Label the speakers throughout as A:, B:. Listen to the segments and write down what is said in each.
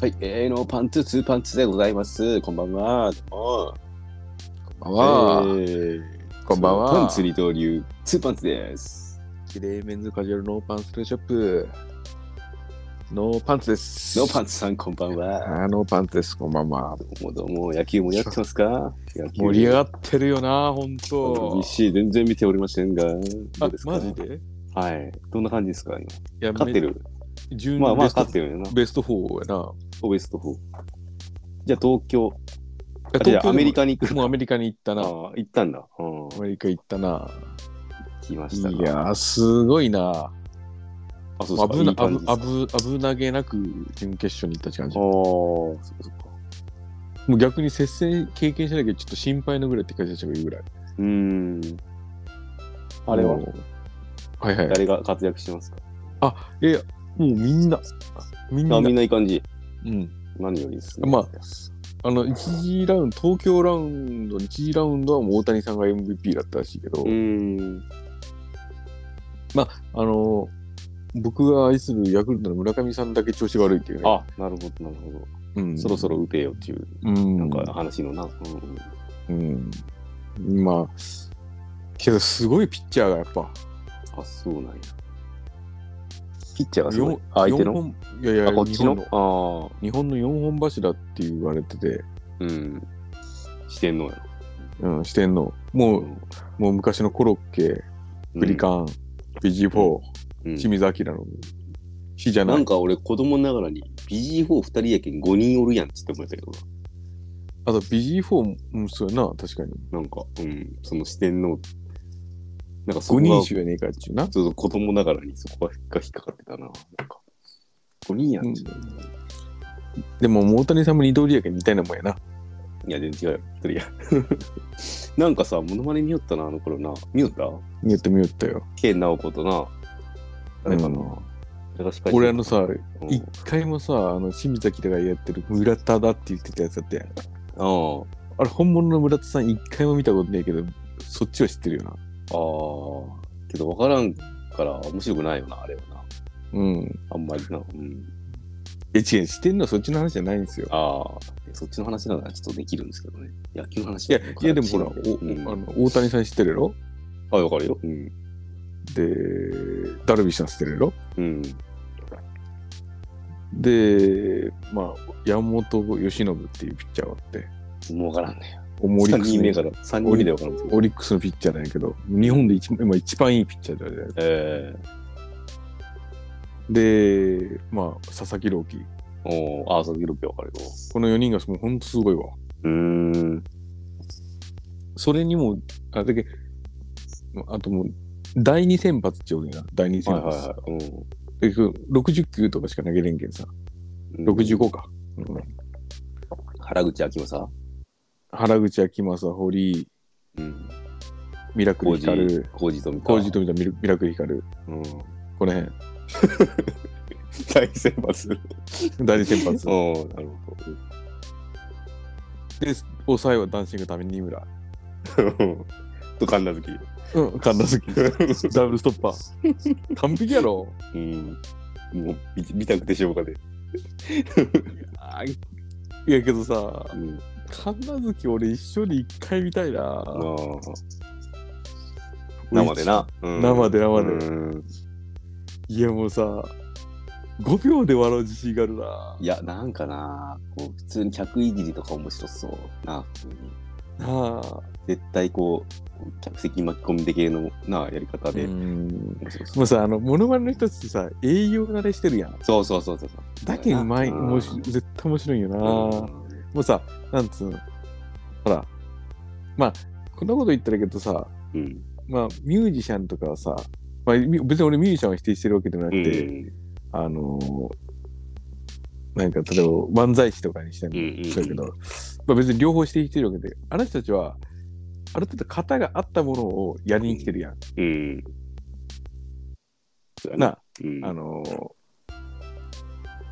A: はい、A のパンツ、ツーパンツでございます。こんばんは。ど
B: こ
A: う
B: んばんは。
A: えー
B: こんばんは
A: パンツ二刀流、ツーパンツです。
B: 綺麗メンズカジュアルノーパンスルーショップ。ノーパンツです。
A: ノーパ
B: ン
A: ンツさん、こんばんは。
B: あーノーパンツです。こんばんは。
A: もうどうも、野球盛り上がってますか野球
B: 盛り上がってるよな、ほんと。
A: 西全然見ておりませんが、ど
B: あ
A: うです、か
B: マジで
A: はい。どんな感じですか今
B: いや
A: 勝って。る。
B: め準
A: まあまあ
B: ベスト
A: 勝ってるよな。
B: ベスト4やな。
A: オベスト4。じゃあ東京。
B: え
A: あじゃあアメリ。カに行
B: 東京で
A: く。
B: ももうアメリカに行った
A: あ
B: な。
A: ー
B: ア
A: 行ったんだ。うん。行
B: メリカ行ったな。
A: きま
B: い
A: したか。
B: やー、すごいな。
A: あ、そうですか。
B: 危な
A: 感じですか
B: 危危危なげなく準決勝に行ったって感じ。
A: ああ、
B: も
A: そっかそっか。
B: う逆に接戦経験してなきゃちょっと心配なぐらいって感じた人がいるぐらい。
A: うーん。あれは
B: もうはいはい。
A: 誰が活躍してますか
B: え、もうみんな、みんな、
A: あみんないい感じ。
B: うん。
A: 何よりですね。
B: まああの、1次ラウンド、東京ラウンド、1次ラウンドはもう大谷さんが MVP だったらしいけど、
A: うーん。
B: あの、僕が愛するヤクルトの村上さんだけ調子が悪いっていうね。
A: あ、なるほど、なるほど。
B: うん、
A: そろそろ打てよっていう、
B: うん、
A: なんか話のな。うんうん
B: うん。まあ、けどすごいピッチャーがやっぱ、
A: あ、そうなんや。ピッチャーがすごい
B: よ。
A: あ相手
B: 四
A: の
B: 本いやいや、
A: あ、こっち
B: 日本
A: のあ
B: 日本の4本柱って言われてて、
A: あー。うん。してんのや
B: うん、四天王。も
A: ろ。
B: う、もう昔のコロッケ、
A: うん
B: ブリカン、ビジーフォー、
A: うん
B: 清水明の日じゃ
A: な
B: ない
A: ん。か俺子供ながらに BG42 人やけん5人おるやんっつって思ったけど
B: あと BG4 も、うん、そうやな、確かに。
A: ななんかうんその四天王なんかそこ
B: 5人
A: が
B: 一緒やねえかっちゅうな。
A: ちょっと子供ながらにそこが引っかかってたな。なんか、5人やん、
B: うん
A: ちょっと
B: でも、もう大谷さんも二通りやけん似たようなもんやな。
A: いや、全然違うよ。一人や。 なんかさ、モノマネ見よったな、あの頃な。見よった
B: 見よって見よったよ。
A: ケン直子とな。誰かな。
B: うん
A: 誰かしっかり
B: 俺あのさ、
A: うん
B: 一回もさ、あの、清水明がやってる村田だって言ってたやつだって。
A: あー
B: あれ、本物の村田さん一回も見たことないけど、そっちは知ってるよな。
A: あー。けど分からんから面白くないよな、あれはな。
B: うん。
A: あんまりな。うん。
B: え、違う、してんのはそっちの話じゃないんですよ。
A: ああ。そっちの話ならちょっとできるんですけどね。野球の話
B: いや、いやでもほら、お
A: うん
B: おあの大谷さん知ってるやろ
A: あ、分かるよ。うん。
B: で、ダルビッシュさん知ってるやろ
A: うん。
B: で、まあ、山本由伸っていうピッチャーがあって、
A: もう分からんね。
B: オリッ
A: 3
B: クス
A: 人目か
B: の
A: ら、3人目で分からんけど。
B: オリックスのピッチャーなんやけど、日本で一番今一番いいピッチャーだよね。
A: え
B: で、まあ、佐々木朗希。
A: ー、おーああ、そう、ギロピ分かるよ。
B: この4人がもう本当すごいわ。
A: うーん。
B: それにも、あだけあともう、第2先発っておるんやな、第2先
A: はい
B: 発。
A: はいはい。うん
B: で60球とかしか投げれんけんさ、
A: うん
B: 65か。うん
A: 原口あきまさ。
B: 原口あきまさ、堀、
A: うん。
B: ミラクル
A: 工
B: ヒ
A: 事
B: カル、、
A: 工事富田。
B: コージと見たミルミラクルヒカル、
A: うん。
B: この辺、
A: 大先発。うん、
B: 第2先発。
A: なるほ
B: で、抑えはダンシングために二村。
A: ど。と、神奈月。
B: うん、神田月。 ダブルストッパー。完璧やろ。
A: うん。もう見、見たくてしょうがね。
B: いやけどさ
A: う、ん。
B: 神田月俺一緒に一回見たいな。
A: ああ。生でな。うん
B: 生で生で
A: うん
B: いやもうさ、5秒で笑う自信があるな。
A: いや、なんかな、こう、普通に客いじりとか面白そうな、普通に。
B: なあ。
A: 絶対こう、客席巻き込みで系のな、やり方で
B: う。ん
A: 面白そう
B: もうさ、あの、モノマネの人たちってさ、栄養慣れしてるやん。
A: そうそうそうそうそう。
B: だけうまい、
A: うん
B: 面白い絶対面白いよな。
A: あ
B: もうさ、なんつうの、ほら、まあ、こんなこと言ってるけどさ、
A: うん。
B: まあ、ミュージシャンとかはさ、まあ、み別に俺ミュージシャンを否定してるわけでもな
A: う
B: くて、
A: ん。
B: あのーなんか例えば漫才師とかにしても
A: うんうん
B: そうやけど、まあ、別に両方して生きてるわけで、あの人たちは、ある程度型があったものをやりに来てるやん。
A: うん。
B: な、
A: うん、
B: あのー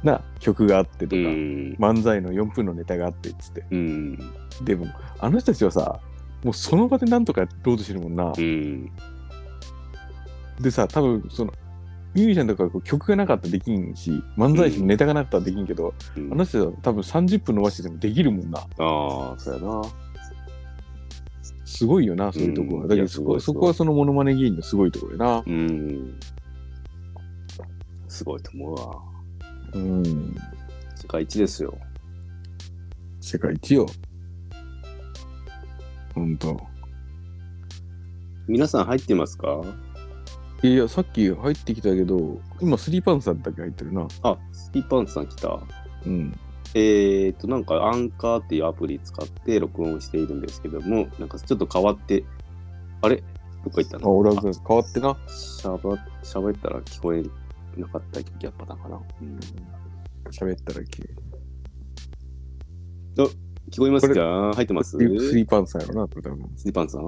B: な、曲があってと
A: う
B: か、
A: ん。
B: 漫才の4分のネタがあってっつって。
A: うん。
B: でも、あの人たちはさ、もうその場でなんとかやろうとしてるもんな
A: う。ん。
B: でさ、多分その、ミュージシャンとかこう曲がなかったらできんし、漫才師のネタがなかったらできんけど、
A: うん
B: あの人は多分30分伸ばしてでもできるもんな。
A: ああ、そうやな。
B: すごいよな、そういうとこ
A: う
B: は。
A: ん
B: だけ
A: い
B: ど
A: や
B: そ
A: す
B: こ
A: ご
B: はい
A: すご
B: そ
A: い
B: こはそのモノマネ芸人のすごいところやな。
A: うん。すごいと思うわ。
B: うん。
A: 世界一ですよ。
B: 世界一よ。ほんと。
A: 皆さん入ってますか
B: いや、さっき入ってきたけど、今スリーパンツさんだけ入ってるな。
A: あ、スピーパンツさん来た。
B: うん。
A: えー、と、なんか、アンカーっていうアプリ使って録音しているんですけども、なんかちょっと変わって、あれどこ行った
B: あ、
A: の
B: 俺は変わってな。
A: しゃば、しゃべったら聞こえなかったやっぱだかな。うん
B: 喋ったらき
A: 聞こえます
B: これ
A: か入ってます
B: ス
A: ス
B: リーパンツさんやろな、これ多分。
A: リパンさん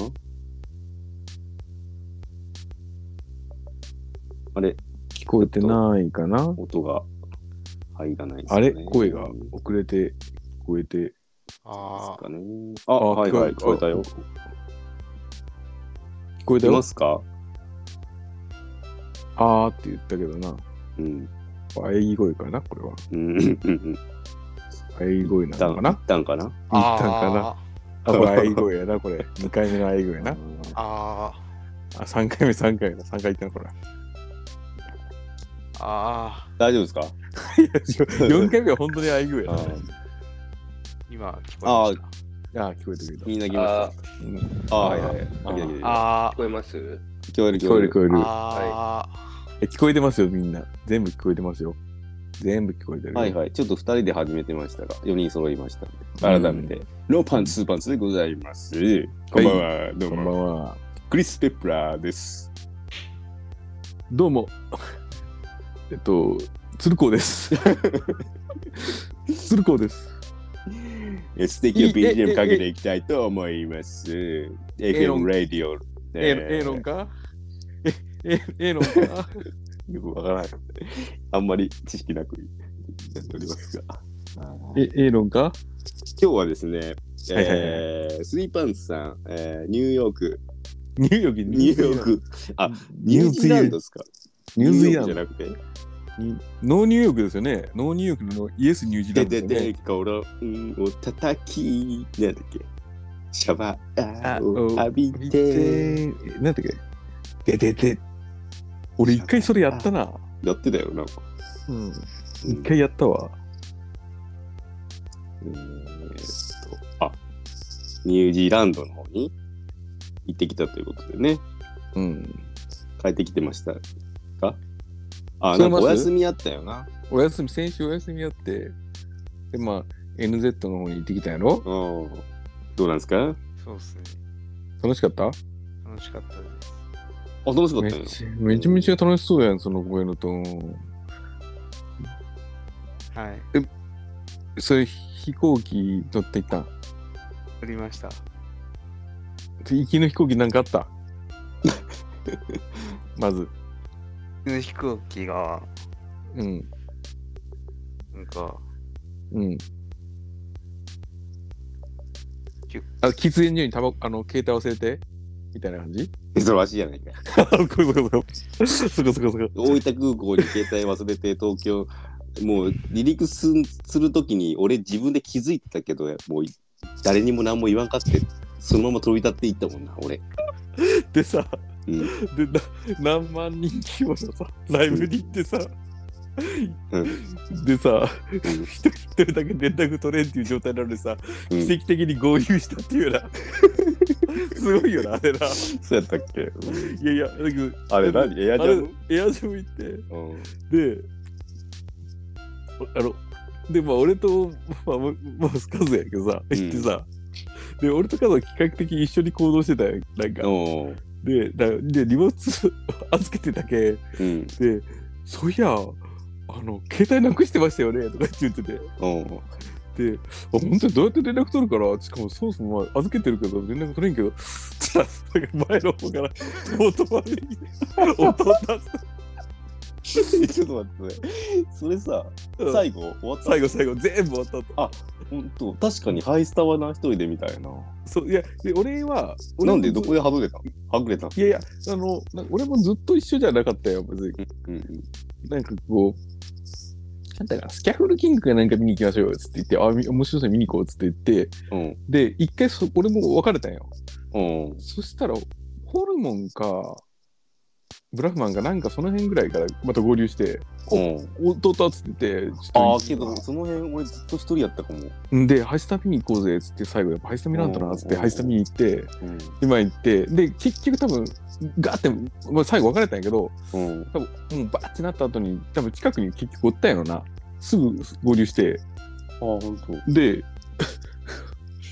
A: あれ
B: 聞こえてないかな。
A: 音が入らないです
B: あ
A: かね
B: れ声が
A: うん
B: 遅れて聞こえて。
A: です
C: あ
A: かね。あ、はいはい、聞こえたよ。。
B: 聞こえ
A: 出
B: たよ
A: ま。すか
B: あーって言ったけどな。
A: うん。
B: あえぎ声かな、これは。
A: うん。うんうん。
B: あえぎ声な
A: た
B: のか
A: ん
B: な。
A: 行ったんかな
C: ー
B: 言
C: あ
B: ったんかな。あ、これあえぎ声やな、これ。2回目のあえぎ声な。
C: ーあ
B: あ、3回目、3回目だ。3回言ったの、これ。
C: ーあ
A: 大丈夫ですか
B: 4回目は本当にあえぎ声やな。
C: ー今聞こえまし
B: あー、聞こえてくれた。
A: みんな来
D: あ
A: ま
D: ー
B: うん
A: した。あ、はいはい。
C: たあ
D: 聞こえます
A: 聞こえる
B: 聞こえる、聞こえる
C: ー。あ
B: え聞こえてますよ、みんな。全部聞こえてますよ。全部聞こえてる。
A: はいはい。ちょっと2人で始めてましたが、4人揃いましたんで。改めて、ローパンツーパンツでございます。こんばんは、どう
B: こんば
A: も。
B: んは。
A: クリス・ペプラーです。
B: どうも。えっと、鶴光です。鶴光です。
A: えー素敵な BGM かけていきたいと思います。
B: ロン
A: FM ラディオ。
B: ええのんかえ、え、えのんか
A: よくわからない。あんまり知識なくやっており ますが。
B: え、えのんか
A: 今日はですね、
B: はいはい
A: えースリーパンツさん、えーニューヨーク、
B: ニューヨーク、
A: ニューヨー。ク、あ、ニ
B: ニ
A: ュ
B: ュ
A: ー
B: ー
A: ジ
B: ジ
A: ー
B: ー
A: ラ
B: ラ
A: ンド
B: ンド。
A: ですか
B: ニュージーラン
A: ニ
B: ド
A: ューヨークじゃなくて。
B: にノーニューヨークですよね。ノーニューヨークのイエスニュージーラ
A: で
B: ンドで
A: です
B: よね。
A: で、ゴロンを叩き、なんだっけ、シャバーを浴び
B: 見
A: て、
B: て、なんだっけででで。俺一回それやったな。
A: やってたよ、なんか。
B: うん。
A: うん
B: 一回やったわ。
A: えーっと、あ、ニュージーランドの方に行ってきたということでね、
B: うん。
A: 帰ってきてましたかあ、
B: そ
A: な
B: れ
A: んか
B: まず
A: お休みあったよな。
B: お休み、先週お休みやって、で、まあ、NZ の方に行ってきたやろ
A: うん。どうなんですか
C: あそうですね
B: 楽しかった
C: 楽しかったです
A: あ、楽しかっ
B: め
A: たよ。
B: ちめちゃめちゃ楽しそうやん、その声のと。
C: はい
B: それ、飛行機乗って行ったん
C: 撮りました
B: で行きの飛行機なんかあった まず。
C: 飛行機が
B: うん。
C: なんか
B: うん
C: キュッ。
B: あ喫煙所にタバコあの携帯忘れてみたいな感じ
A: 珍しいじゃないか。
B: あそこそこそこそこそこそこ
A: 大分空港に携帯忘れて東京、もう離陸すんするときに俺自分で気づいたけど、もう誰にも何も言わんかって、そのまま飛び立っていったもんな、俺。
B: でさ、
A: うん
B: でな何万人規模のさライブに行ってさ、
A: う
B: でさ、
A: ん
B: 一人一人だけ連絡取れんっていう状態なのにさ、
A: うん
B: 奇跡的に合流したっていうな すごいよなあれな
A: そうやったっけ
B: いやいやだけど
A: あれ
B: でも
A: 何エアジ
B: あ
A: ャ
B: れ
A: ム
B: エアジャム行って
A: うん。
B: で、おあの、で、まあ、俺と、まあ、むまあ、カズやけどさ、
A: うん
B: 行ってさ、で、俺とカズは比較的一緒に行動してたよ、なんか。
A: おー
B: で、だで、荷物 預けてたけ、
A: うん。
B: で、そういや、あの、携帯なくしてましたよね、とか言ってて。
A: おー
B: で、あ本当にどうやって連絡取るから、しかもそもそもまあ預けてるけど、連絡取れんけど、つったら、なんか前の方から、オートマに、音を出す。
A: ちょっと待ってね。それさ、 最後終わった。
B: 最後最後全部終わった後
A: 本当確かにハイスタはな一人でみたいな。
B: そういやで俺は俺も
A: なんでどこではぐれたのはぐれたの
B: いやいやあのな俺もずっと一緒じゃなかったよ別に
A: うんうん。
B: なんかこうなんだかなスキャフルキングかなんか見に行きましょうよっつって言ってあみ面白そう見に行こうっつって言って
A: うん。
B: で一回そ俺も別れたんよ
A: うん。
B: そしたらホルモンかブラフマンがなんかその辺ぐらいからまた合流して
A: うん、
B: 「おっとっと」っつってて「
A: ああ、
B: ち
A: け
B: ょっと
A: ど、その辺俺ずっと一人やったかも。
B: で、ハイスタ見に行こうぜっつって、最後、やっぱハイスタ見なんだなっつって、
A: うん
B: ハイスタ見に行って、
A: うん。
B: 今行って、で、結局多分、ガーって、まあ、最後別れたんやけど、
A: うん。
B: 多分、もうバーってなった後に、多分近くに結局おったんやろな。すぐ合流して、
A: ああ、ほんと。
B: で、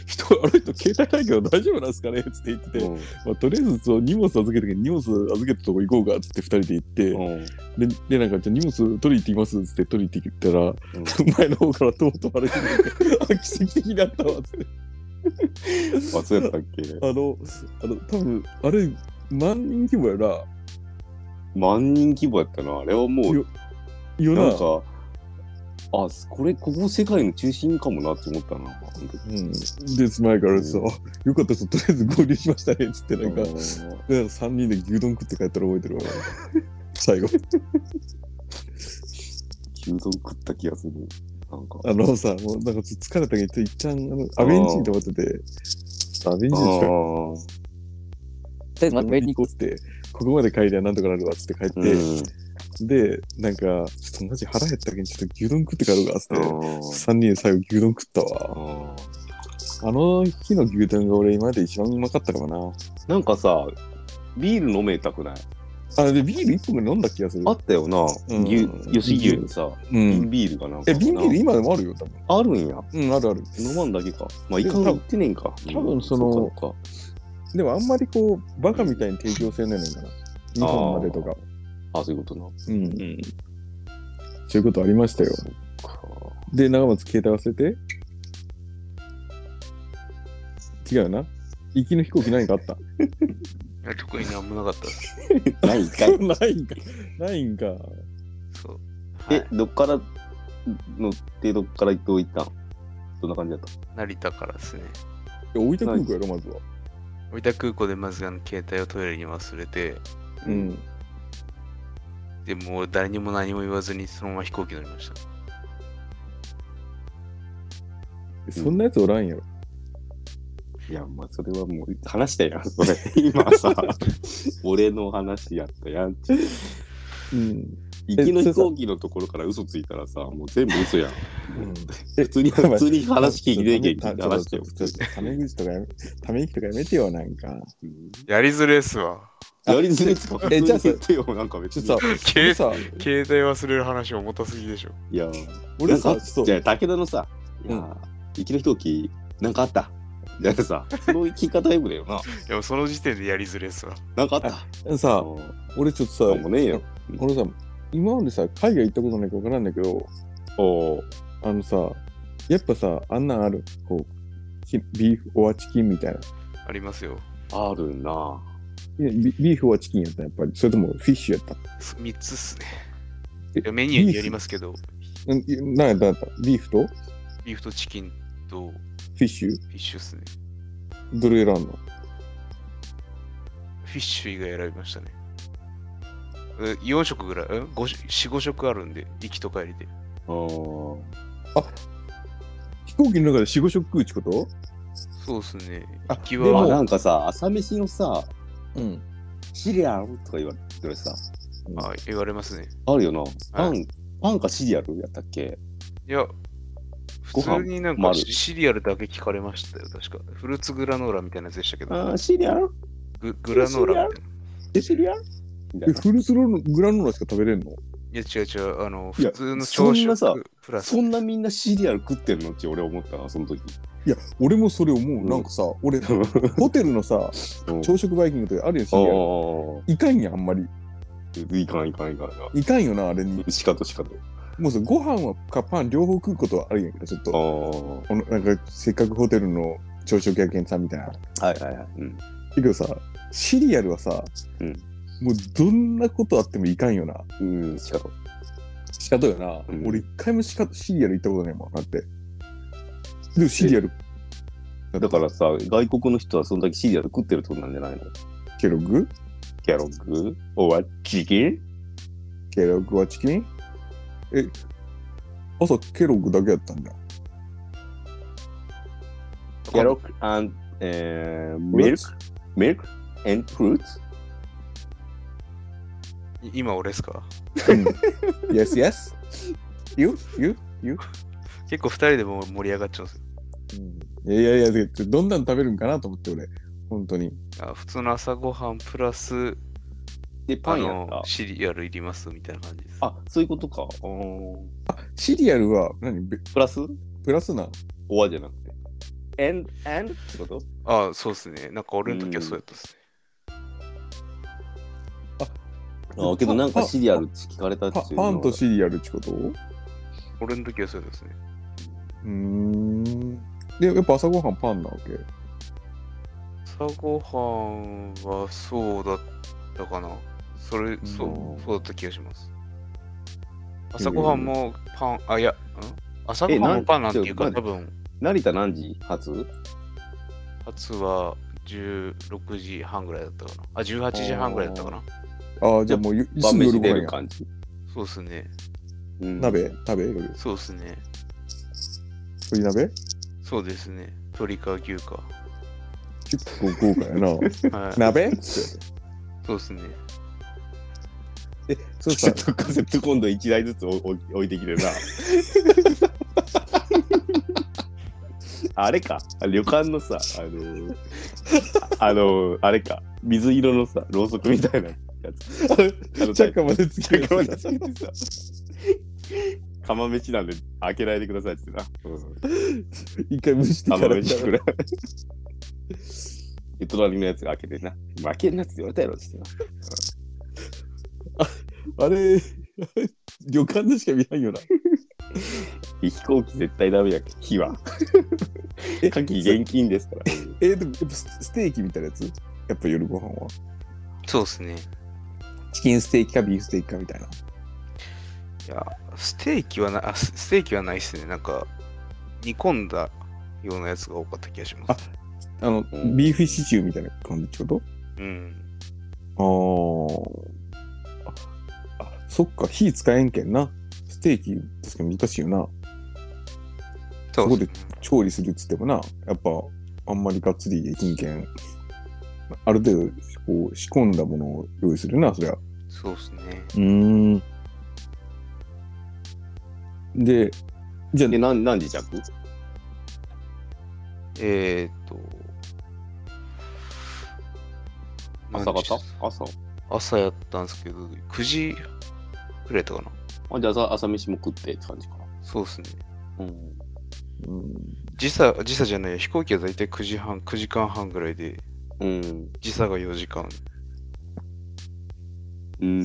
B: 人、あの人携帯ないけど大丈夫なんすかねっつって言ってて、
A: うん。
B: まあ、とりあえずそう荷物預けて荷物預けたとこ行こうかっつって二人で行って、
A: うん。
B: ででなんかじゃあ荷物取り行ってきますっつって取り行ってきたら、前の方からとうとう歩いてきて あ奇跡的だったわっつって
A: あ、そうやったっけ
B: あの、あの、多分あれ、万人規模やな。
A: 万人規模やったな。あれはもう、
B: 夜
A: な
B: なん
A: か、あ、これ、ここ世界の中心かもなって思ったな。ほんと
B: うん。で、前からさ、よかったです、とりあえず合流しましたね、つって、なんか、うん、3人で牛丼食って帰ったら覚えてるわ。 最後。
A: 牛丼食った気がする。なんか。
B: あのさ、もうなんかちょっと疲れたけど、一旦、あの、アベンジンと思ってて、アベンジンしか
A: え、
B: アベンジン行こうって、ここまで帰りゃなんとかなるわ、つって帰って、で、なんか、ちょっとマジ腹減ったけん、ちょっと牛丼食って帰ろうか、つって、3人で最後牛丼食ったわ。あの日の牛丼が俺今まで一番うまかったかも
A: なんかさ、ビール飲めたくない
B: な。あ、で、ビール1本ぐらい飲んだ気がする。
A: あったよな、
B: うん
A: 牛吉牛にさ、
B: う
A: 瓶
B: ん。
A: ビールがなんか
B: え、
A: な。
B: 瓶ビール今でもあるよ、多分。
A: あるんや。
B: うん、あるある。
A: 飲まんだけか。まあ、い
B: で
A: か
B: も
A: んが売ってねえんか。
B: 多分その
A: うんっか
B: でもあんまりこう、バカみたいに提供せんねえねんから。2本までとか。
A: あ、そういうことな。
B: うん。
A: ん。
B: そういうことありましたよ。
A: そっか。
B: で、長松携帯忘れて違うよな。行きの飛行機何かあった。
C: いや特になんもなかったです。
A: ないんかい
B: ないんか。ないんか。
C: そう。は
A: え
C: い、。
A: どっからのってどっから行っておいたんどんな感じだった
C: 成田からですね。
B: いや、大分空港やろ、まずは。
C: 大分空港でまずあの携帯をトイレに忘れて、
B: う。ん。
C: でもう誰にも何も言わずにそのまま飛行機乗りました。
B: そんなやつおらんやろ。
A: いや、まあ、それはもう話したやん、そ れ。今さ、俺の話やったやん。
B: うん。
A: 行きの飛行機のところから嘘ついたらさ、もう全部嘘やん。
B: え
A: 普通に、普通に話聞いてねえけん、話してよ、普
B: 普
A: 通
B: 通ため口とかやめ、ため息とかやめてよ、なんか。
A: に。
C: やりづれっすわ。
A: やりづれっすか
B: えじゃあ
A: 普通に言ってよ、なんか別
B: ちょっ
A: に
B: と。さ、
C: 携
B: 俺さ、
C: 携帯忘れる話重たすぎでしょ。
A: いや、
B: 俺
A: な
B: さ、
A: んか
B: ちょっ
A: じゃ
B: と、
A: あ、武田のさ、いや
B: うん
A: 行きの飛行機、なんかあったじゃあさ、その聞き方タイプだよな。
C: いやもうその時点でやりづれっすわ。
A: なんかあった
B: さ、
A: あ、
B: 俺ちょっとさ、
A: なんもねえよ。
B: 俺さ、今までさ、海外行ったことないか分からんだけど、
A: おー
B: あのさ、やっぱさ、あんなんある、こう、きビーフ、オアチキンみたいな。
C: ありますよ。
A: あるない
B: やビビーフ、オアチキンやった、やっぱり。それとも、フィッシュやった。
C: 3つっすね。
B: え
C: いやメニューによりますけど、
B: うんいや、なんやった、なんやった。ビーフとフ
C: ビーフとチキンと
B: ィッシュ
C: フィッシュっすね。
B: どれ選んだ
C: フィッシュ以外選びましたね。え4食ぐらい、え ?4、5食あるんで、行きと帰りで。
A: お
B: 飛行機の中で4、5食食うっちこと
C: そうっすね。
B: あ
C: 行き
B: で
A: あ
B: も
C: は、
A: なんかさ、朝飯のさ、
B: うん。
A: シリアルとか言われてさ、
C: あ言われますね。
A: あるよな。パ
C: は
A: ン、パンかシリアルやったっけ
C: いや、
A: ご
C: 普
A: 飯
C: 通になん
A: もあ
C: か
A: る
C: シシリアルだけ聞かれましたよ、確か。フルーツグラノーラみたいなやつでしたけ
A: あ
C: ど
A: ー、シリアル
C: ググラノーラみたいな。
A: え、シリアルみた
B: え、
A: いな。
B: フルスローのグラノーラしか食べれんの
C: いや、違う違う、あの、
A: いや
C: 普通の
A: そ
C: 朝
A: んなさ
C: 食プラス
A: そ。んなみんなシリアル食ってんのって俺思ったな、その時。
B: いや、俺もそれ思う。
A: ん
B: なんかさ、 俺、ホテルのさ、朝食バイキングとかあるやつい
A: あ
B: かんやん、あんまり。
A: あ、いかんいかんいかんいか
B: いかんよな、あれに。
A: ん。しかとしかと。
B: もうさ、ご飯はかパン両方食うことはあるんやけど、ちょっと。こ
A: あ
B: のなんか、せっかくホテルの朝食やけんさんみたいな。だ
A: あ。はいはいはい。うん。
B: けどさ、シリアルはさ、
A: うん
B: もうどんなことあってもいかんよな。
A: うん、しかも。
B: 仕方よな。
A: うん
B: 俺一回もシカシリアル行ったことないもん、だって。でもシリアル、
A: だからさ、外国の人はそんだけシリアル食ってるってことなんじゃないの
B: ケロッグ
A: キャロッグ、おわ、チキン
B: ケロッグはチキンえ、朝ケロッグだけやったんだ。
A: キャロッグ、アン、えー、
B: フ
A: ミ
B: ル
A: ル
B: ー
A: ク
B: ツ、
A: ミルク、エンドフルーツ
C: い今俺ですか
B: yes, yes. You? You? You?
C: 結構二人でもう盛り上がっちゃうんですよ。
B: うん、いやいやいや、どんなん食べるんかなと思って俺、本当に。
C: あ普通の朝ごはんプラス
A: で、
C: あ
A: パンやっ
C: の
A: た。
C: シリアルいりますみたいな感じです。
A: あ、そういうことか。うん
B: シリアルは何べ
A: プラス
B: プラスな
A: おわじゃなくて。エン、エンってこと
C: あそうですね。なんか俺の時はそうやったですね。
A: あーけどなんかシリアルって聞かれたって
B: パ
A: いうの
B: パ
A: は
B: ンとシリアルってことう
C: 俺の時はそうやったですね。
B: ーん。で、やっぱ朝ごはんパンなわけ。
C: 朝ごはんはそうだったかな。それ、そう、そうだった気がします。朝ごはんもパン、あ、いや、ん朝ごはんもパンなんてい
A: な
C: うか、
A: んちょ
C: 多分、
A: 成田何時発
C: 初は16時半ぐらいだったかな。あ、18時半ぐらいだったかな。
B: ああ、じゃあもうゆす
A: 晩
B: ぐ夜
A: 飯
B: ご
A: 出
B: 飯
A: る
B: や。
A: 感じ。
C: そうですね。
A: うん
B: 鍋鍋夜。
C: そうですね。
B: 鶏鍋
C: そうですね。鶏か牛か。
B: 結構豪華 やな。
C: はい。
B: 鍋って。
C: そうですね。
B: え、そ
A: カセ
B: うさ
A: ッ、トカセット今度1台ずつ置置置いてきてるな。あれか、旅館のさ、あのーああのーあれか、水色のさ、ろうそくみたいなやつ。あの
B: チャカまでつけ
A: チャ
B: る
A: ッカまでつけてさ釜飯なんで開けないでくださいってな。
B: 一回蒸してから
A: 釜。飯くらい。で隣のやつが開けてな。負けんなって言われたやろってな。
B: あれ、 旅館でしか見ないよな。
A: 飛行機絶対ダメやけど、火 は。
B: え
A: 火器現金ですから。
B: えーでもやっぱスステーキみたいなやつやっぱ夜ご飯は。
C: そうですね。
B: チキンステーキかビーフステーキかみたいな。
C: いや、ステーキはな、あ、スステーキはないですね。なんか、煮込んだようなやつが多かった気がします。
B: あの、
A: うん
B: ビーフシチューみたいな感じってこと
C: うん。
B: あーあ。そっか、火使えんけんな。ステーキ、確かに難しいよな。
C: そうっすね
B: 調理するっつってもな、やっぱ、あんまりがっつりできんけん。ある程度、こう、仕込んだものを用意するな、そりゃ。
C: そうですね。
B: うん。で、じゃあ
A: で、、何何時着
C: えー、っと。
A: 朝
C: 何時
A: 方朝
C: 朝やったんですけど、9時くらいだったか
A: あじゃあ朝朝飯も食ってって感じかな。
C: な。そうですね。
A: うん、
B: うん
C: 時差、時差じゃない、飛行機はだいたい9時半、9時間半ぐらいで、
A: うん。
C: 時差が4時間。
A: うん。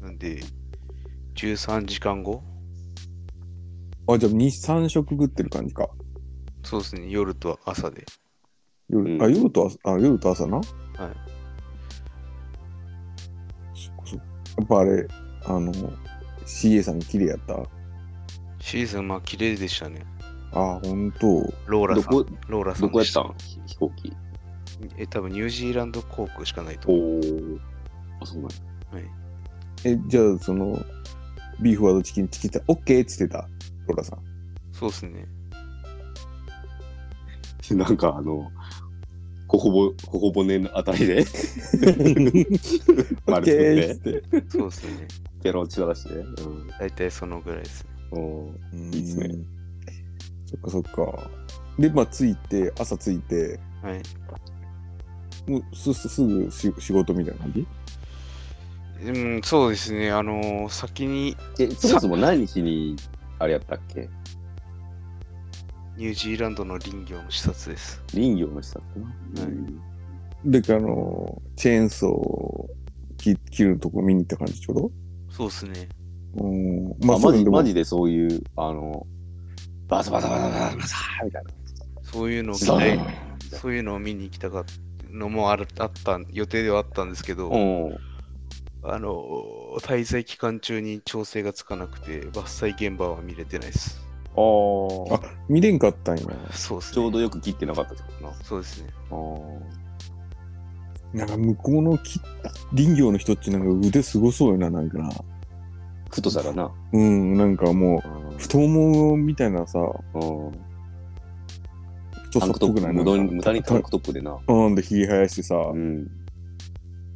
C: なんで、13時間後
B: あ、じゃあ、2、3食食ってる感じか。
C: そうですね、夜と朝で。
B: 夜、
A: うん
B: あ、夜と朝、あ、夜と朝な。はい。そっかそっかやっぱあれ、あの、CA さん綺麗やった。あ
C: シーズン、まあ、綺麗でしたね。、
B: ほんと。
C: ローラ
A: ど
C: さん
A: こ、
C: ローラさ
A: ど
C: ん
A: こや
C: で
A: っ
C: した
A: ん飛行機。
C: え、多分ニュージーランド航空しかないと
A: お
C: 思う。
A: お。あ、そうなんや
C: はい、
B: え、じゃあ、その、ビーフワードチキンチキンって、オッケーって言ってた、ローラさん。
C: そうですね。
A: なんかあの、ほほぼ、ほほ骨のあたり で、
B: オッ
A: 丸作
B: ケ
A: っ、
B: ーってて。
C: そうですね。
A: ペロンチ出してね。
C: 大体そのぐらいですね。
A: うん。お
B: うん
A: いいっすね。
B: そっかそっか。で、まあ、着いて、朝着いて、
C: はい。
B: もうすすすぐし仕事みたいな感じ
C: うん、そうですね。あのー先に
A: え、そもそも何日に、あれやったっけ
C: ニュージーランドの林業の視察です。
A: 林業の視察な。
C: はい
B: で、あの、チェーンソー切切るとこ見に行った感じちょう
C: そうですね。
B: どうん。
A: ま
B: ま
A: あ、
B: あ、そ
A: マ
B: うな
A: ジ
B: んで
A: マ
B: も
A: ジでそういう、あの、バサバサバサバサバサみたいな。
C: そういうのを見
A: そう
C: たいそういうのを見に行きたかったのもあるあった予定ではあったんですけど、
A: うん。
C: あのー、滞在期間中に調整がつかなくて、伐採現場は見れてないです。
B: ああ。見れんかったんや。
C: そうですね。
A: ちょうどよく切ってなかったってことな。
C: そうですね。
B: なんか向こうのき林業の人っちなんか腕すごそうよな、なんかな。
A: 太さがな。
B: うん、なんかも
A: うん
B: う、太ももみたいなさ、
A: うん
B: 太
A: タ
B: さ
A: ン
B: っ
A: クト
B: ぽ
A: ッ
B: く
A: プ、
B: ない
A: 無
B: なん
A: 駄に
B: か
A: 無駄にタンクトップでな。
B: うん、で、ひげ生やしてさ、
A: うん、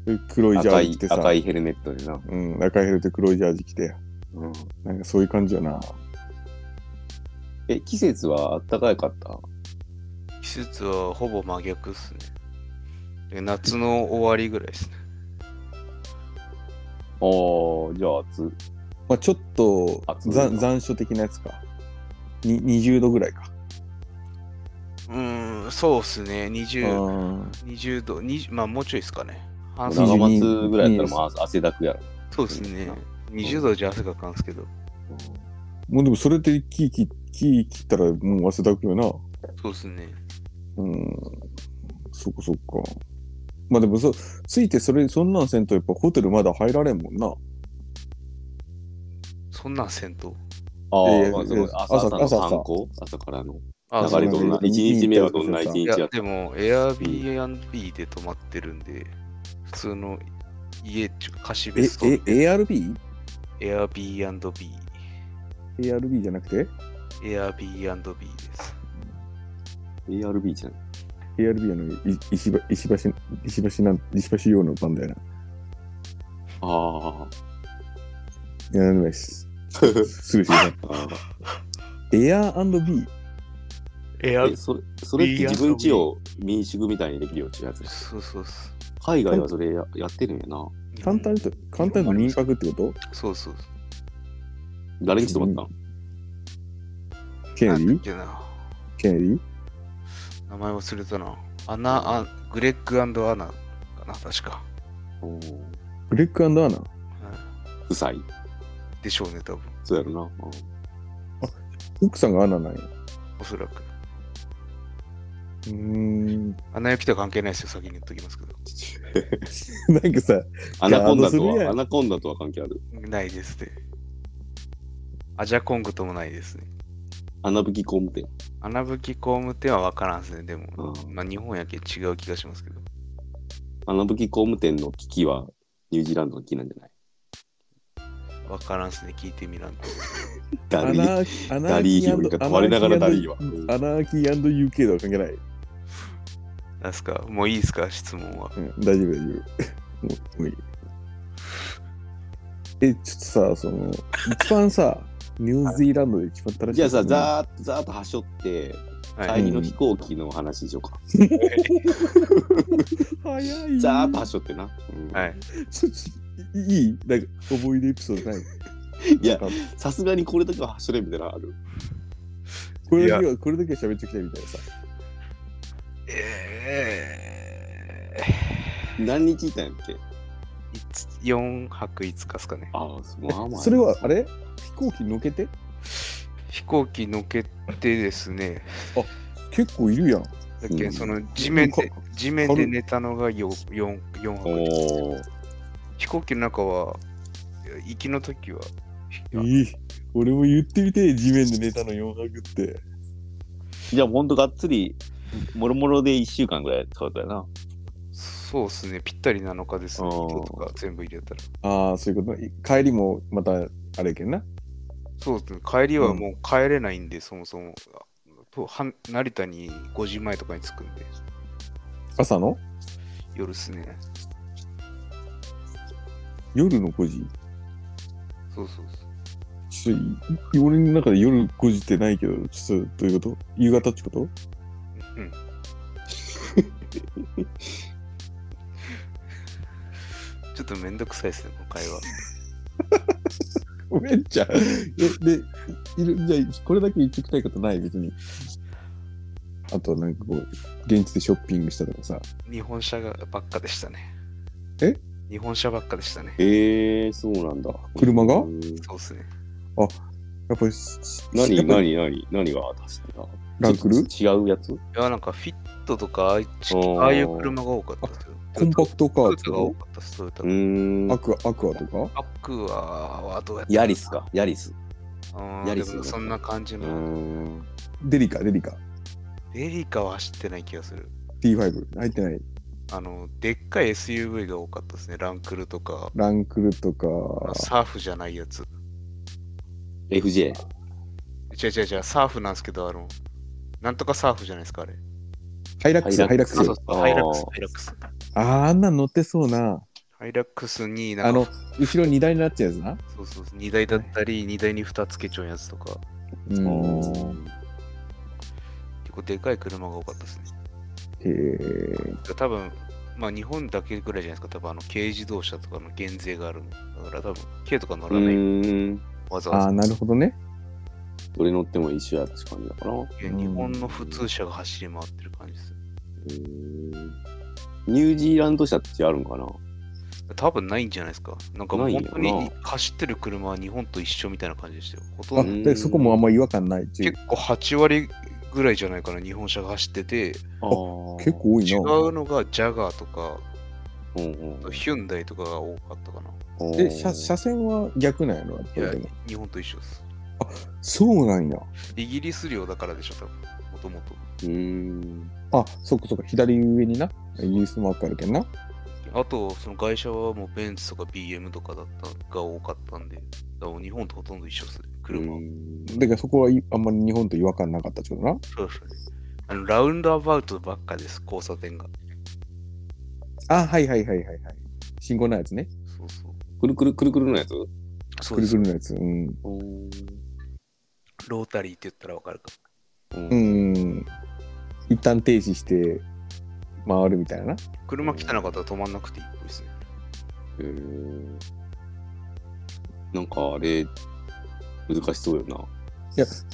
B: で黒いジャ
A: 赤
B: ージ
A: い
B: 着てさ、
A: 赤いヘルメットでな。
B: うん、赤いヘルで黒いジャージ着て、
A: うん、
B: なんかそういう感じよな。
A: え、季節はあったかいかった
C: 季節はほぼ真逆っすね。で夏の終わりぐらいですね。
A: ああ、じゃあ暑。
B: まあちょっと
A: 暑いな
B: ざ残暑的なやつか。に20度ぐらいか。
C: うーん、そうっすね。20、
B: うん
C: 20度、20まあもうちょいですかね。半袖
A: 長
B: 22
A: 松ぐらいやったらもうあ汗だくやろ。
C: そうですね。20度じゃ汗かかんすけど。
B: もうでもそれで木切木切ったらもう汗だくよな。
C: そうですね。
B: うん。そっかそっか。まあでもそ、ついてそれ、そんなんせんとやっぱホテルまだ入られんもんな。
C: そんなんせんと。
A: あ
B: いやい
A: あ、
B: や
A: まあ、その朝
B: 朝
A: 朝の
B: 朝朝
A: 参考朝からの。
C: あ
A: 流れどんな、
B: そうなんだ
A: 1日目はどんない
B: い
A: 1
B: い
C: い
A: 日や
C: や、
A: っ
C: でも、Airbnb で泊まってるんで、普通の家っちゅうか、貸し
B: え、え
C: 別荘みた、いな
B: ARB?ARB
C: Airbnb。
B: じゃなくて
C: Airbnb です。
A: ARB じゃない。
B: ?ARB あのい石橋、石橋、石橋なん、石橋用の番だよな。
A: あ
B: いや、なんでもない です。
A: ー
B: すぐしてください。
A: あー。
B: Air&B?
A: え、それ、それって自分家を民宿みたいにできるよっていうやつ。
C: そうそうそう。
A: 海外はそれややってるんやな。
B: 簡単にと、簡単にと民泊ってこと
C: そうそうそう。
A: 誰に勤まっ
B: ケネデ
C: なんだ
B: ィ
C: っけな
B: ケネディ
C: 名前忘れたな。アナ、あグレッグアナかな、確か。
A: たんおー
B: グレッグアナ
C: は
A: 夫妻
C: いでしょうね、多分。
A: そうやろな。うん
B: 奥さんがアナなんや。
C: おそらく。
B: うーん。
C: アナ雪とは関係ないですよ、先に言っときますけど。
B: なんかさ、
A: アナコンダと
B: ガードするや
A: は、
B: ん
A: アナコンダとは関係ある。
C: ないですね。アジャコングともないですね。
A: 穴吹き工務店。
C: 穴吹き工務店は分からんですね、でも。
A: うん
C: まあ、日本やけ違う気がしますけど。
A: 穴吹き工務店の危機はニュージーランドの危機なんじゃない
C: 分からんですね、聞いてみらんと。
B: ア
A: ダリー。
B: ナーアナ
A: ダリーヒが我ながらダリー
B: は。
A: は。
B: アナーキー &UK とは関係ない。
C: なんすかもういいですか質問は。
B: うん、大丈夫、大丈 夫。もうもういい。え、ちょっとさ、その、一番さ、ニュージーランドで一番正しい。
A: じゃあさ、ざーっと、ざーっとはしょって、
C: は
A: 帰
C: い。
A: りの飛行機の話でしようか。
B: 早い。
A: ざーっとはしょってな。うん
C: はい、
B: ちょっといいなんか、思い出エピソードない。
A: いや
B: なんか、
A: さすがにこれだけははしょれみたいなのある。
B: これだけは、これだけは喋っときたいみたいなさ。
C: え
A: 何日いたんやっけ
C: ー、いつ4泊5日っすかね。
A: ああ、そまあまあ。
B: それは、あれ飛行機乗けて
C: 飛行機乗けてですね、
B: 結構いるやん。
C: だっけ
A: うん
C: その地面で、地面で寝たのが 4, 4, 4泊5日。
A: おお。
C: 飛行機の中は、行きの時は、
B: いい。俺も言ってみてえ、地面で寝たの4泊って。
A: じゃあ、ほんとがっつり、もろもろで1週間ぐらい使うとやな。
C: そうですね、ぴったり7日ですね、
A: あー
C: 今日とか全部入れたら。
B: ああ、そういうこと。い帰りもまた、あれやけんな。
C: そうですね、帰りはもう帰れないんで、そもそも。とは成田に5時前とかに着くんで、
B: 朝の
C: 夜ですね。
B: 夜の5時。
C: そうそうそ
B: ち
C: う。
B: ょっとい、俺の中で夜5時ってないけど、ちょっとどういうこと夕方ってこと
C: うん。ちょっとめんどくさいですね、この会話。
B: ごめんちゃん。え、で、いる、じゃあ、これだけ言っときたいことない、別に。あと、なんかこう、現地でショッピングしたとかさ。
C: 日本車がばっかでしたね。
B: え
C: 日本車ばっかでしたね。
A: ええー、そうなんだ。
B: 車が
A: うん
C: そうですね。
B: やっぱり、し
A: 何
B: やっぱり
A: 何何何が走ってた
B: ランクル
A: ち違うやつ
C: いや、なんかフィットとかああい
A: おー
C: ああいう車が多かったですよ。
B: コンパクトカ
C: ト
B: ー
C: ヨタが多
B: と
C: かったです、トヨタ
A: うーん
B: ア。クア、アクアとか
C: アクアはどうやって
A: ヤリスか。ヤリス。
C: うん
A: ヤリ
C: で
A: ス
C: もそんな感じ
A: う
C: の。
A: ん。
B: デリカ、デリカ。
C: デリカは走ってない気がする。
B: T5。入ってない。
C: あの、でっかい SUV が多かったですね。ランクルとか、
B: ランクルとか。
C: サーフじゃないやつ。
A: FJ。
C: 違う違う違う、サーフなんですけど、あの、なんとかサーフじゃないですか、あれ。
B: ハイラックス、ハ
A: ハ
B: イ
A: イラッ
B: ラック
A: ク
B: ス
A: ス
C: あ。そうそう
A: あー
C: ハイラックス、ハイラックス。
B: あーあんなん乗ってそうな。
C: ハイラックスに、な
B: あ
C: んか
B: の、後ろ荷台になっちゃうやつな。
C: そうそうそう、荷台だったり、荷台に蓋つけちゃうやつとか、
B: う
A: お
B: ん。
A: ー
C: 結構でかい車が多かったですね。
B: へえ。
C: 多分まあ日本だけぐらいじゃないですか、多分あの軽自動車とかの減税があるの。だから多分軽とか乗
A: う
C: らない、
A: ーん。
C: わざ
B: あ
C: わ
B: あ、
C: ざ。
B: なるほどね。
A: どれ乗っても一緒やって感じだから。う
C: 日本の普通車が走り回ってる感じです。
A: ーんニュージーランド車ってあるんかな
C: 多分ないんじゃないですか。なんか
A: ないよ
C: 本
A: な
C: 当に走ってる車は日本と一緒みたいな感じでしたよ。ほと
B: あ、
C: んど
A: うん
B: でそこもあんま違和感ないっていう
C: 結構8割ぐらいじゃないかな、日本車が走ってて、
A: あー
B: 結。構多い
C: 違
B: な。
C: うのがジャガーとか、
A: うんうん
C: あとヒュンダイとかが多かったかな。
B: え、車車線は逆なんやろやっぱ
C: い
B: り
C: や
B: でも。、
C: 日本と一緒です。
B: そうなんや。
C: イギリス領だからでしょ、多分もともと。
A: うーん。
B: あ、そっかそっか、左上にな。イギリスマークあるけんな。
C: あと、その会社はもうベンツとか BM とかだったが多かったんで、だからもう日本とほとんど一緒ですね、車は。
A: うーん
B: だからそこはいあんまり日本と違和感なかったっちょうな。
C: そうですね。あのラウンドアバウトばっかです、交差点が。
B: あ、はいはいはいはいはい。信号のやつね。
C: そうそう。
A: くるくるくるくるのやつ
C: そう
B: く
C: で
B: る
C: す
B: くるのやつ。うん。
A: おー
C: ロータリーって言ったらわかるか。
A: うん
B: うん。一旦停止して回るみたいなな。
C: 車来たなかったら止まんなくていいっぽいですね。
A: へーなんかあれ、難しそうよな。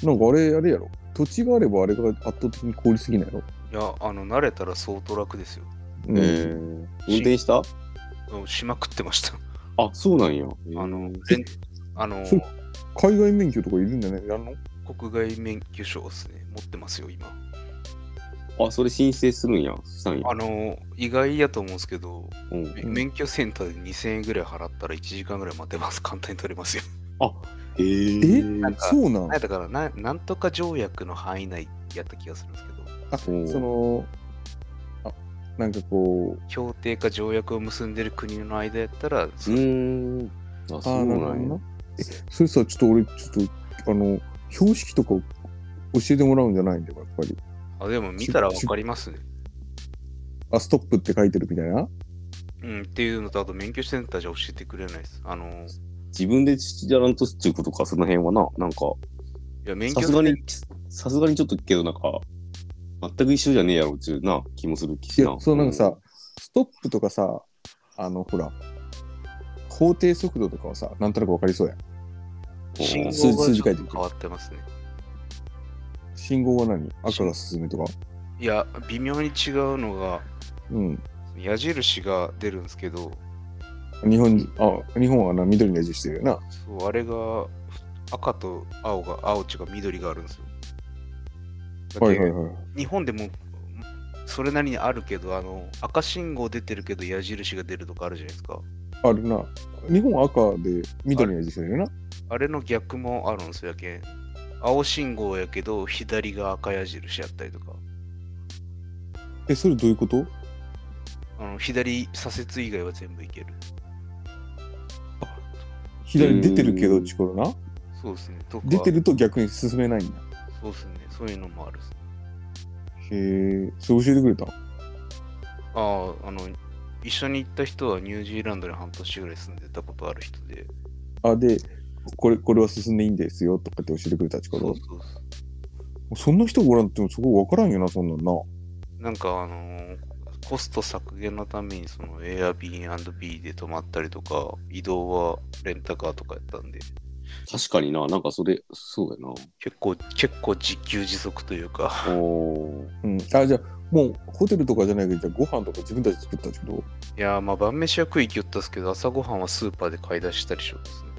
B: なんかあれ、あれやろ。土地があればあれが圧倒的に効率的なんやろ。
C: いや、あの、慣れたら相当楽ですよ。
B: うん。
A: 運転した
C: うんしまくってました。
A: あ、そうなんや。
C: あの、レンあの、
B: そう海外免許とかいるんだね。やんの
C: 国外免許証ですね。持ってますよ、今。
A: あ、それ申請するんや。したんや。
C: あの、意外やと思うんですけど、
A: うん
B: うん
C: 免許センターで2000円ぐらい払ったら1時間ぐらい待てます。 簡単に取れますよ。
A: へー
C: なんか
B: そうなん
C: な。んだからな、なんとか条約の範囲内やった気がするんですけど、
B: あ、そ
A: うん
B: の、あ、なんかこう、
C: 協定か条約を結んでる国の間やったら、
A: うーん。あ、
B: あ
A: そ
B: ー
A: う
B: なるほ
A: な
B: ど
A: んや
B: な。。え、それさ、ちょっと俺、ちょっと、あの、標識とか教えてもらうんじゃないんだよ、やっぱり。
C: あでも見たらわかりますね。
B: あ、ストップって書いてるみたいな。
C: うん、っていうのと、あと免許センターじゃ教えてくれないです。あの、い
A: 自分でやらんとっていうことか、その辺はな。なんか、
C: や、免許
A: さ
C: セ
A: すが
C: ン
A: に、さすがにちょっとけど、なんか、全く一緒じゃねえやろ、ちゅうな気もする
B: い
A: し
B: や
A: な。、
B: そうなんかさ、ストップとかさ、あの、ほら、法定速度とかはさ、なんとなくわかりそうやん。
C: タ
A: う
C: ー、信号が
A: ん
C: ち
B: 数数字書い
C: ょって
B: る
C: と変わってますね。
B: 信号は何赤が進むとか。
C: いや、微妙に違うのが、
B: うん。
C: 矢印が出るんですけど、
B: 日本、あ、日本はな、緑の矢印してるよな。
C: そうあれが赤と青が、青違う緑があるんですよ。だけ
B: はいはいはい。
C: 日本でもそれなりにあるけど、あの赤信号出てるけど矢印が出るとかあるじゃないですか。
B: あるな。日本は赤で緑の矢印してるよな。
C: あれの逆もあるんですよ、やけん。青信号やけど、左が赤矢印やったりとか。
B: え、それどういうこと
C: あの左左折以外は全部いける。
B: 左出てるけど、チコロな。
C: そうですね。とか
B: 出てると逆に進めないんだ。
C: そうですね。そういうのもあるっすね
B: へえ、それ教えてくれた。
C: ああ、あの、一緒に行った人はニュージーランドに半年ぐらい住んでたことある人で。
B: あ、で、これ、これは進んでいいんですよとかって教えてくれた、チコ
C: そうそ
B: ロ
C: う。そう
B: そんな人ごらんってもそこわからんよな、そんなんな。
C: なんかあのーコスト削減のためにその Airbnb で泊まったりとか、移動はレンタカーとかやったんで、
A: 確かにな、なんかそれ、そうや
C: 結構、結構自給自足というか、
A: な。おー
B: うん。あ、じゃあ、もうホテルとかじゃないけど、じゃあご飯とか自分たちで作ったんですけど、
C: いやーまあ晩飯は食いきよったっすけど、朝ごはんはスーパーで買い出ししたりしよったっすね。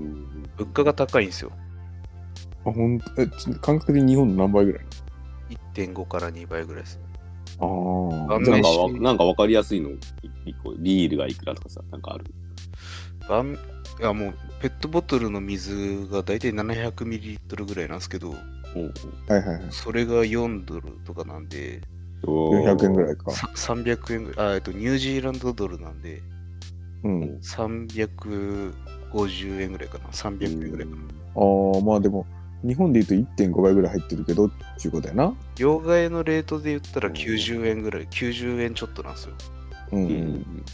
A: うん
C: 物価が高いんですよ。
B: あ、ほんと、え、ち感覚で日本の何倍ぐらい
C: 1.5から2倍ぐらいですね。
B: ああ
C: 晩
B: ー。じゃあ
A: なんか
B: なんか
C: 飯
A: わなんかわかりやすいの一個リールがいくらとかさなんかある
C: 晩いやもうペットボトルの水が大体 700ml ぐらいなんですけど、
A: うん
B: はいはいはい。
C: それが4ドルとかなんで、
B: 400円ぐ
A: い
B: らいか。
C: さ300円ぐらい、あ、えっと、ニュージーランドドルなんで、
B: うん。
C: 350円ぐらいかな。300円ぐらいかな。
B: ああ、まあでも、日本で言うと1.5倍ぐらい入ってるけど、っていうことやな。
C: 両替のレートで言ったら
A: うん
C: 90円ぐらい、90円ちょっとなんですよ。
B: う
A: う
B: ん。
A: ん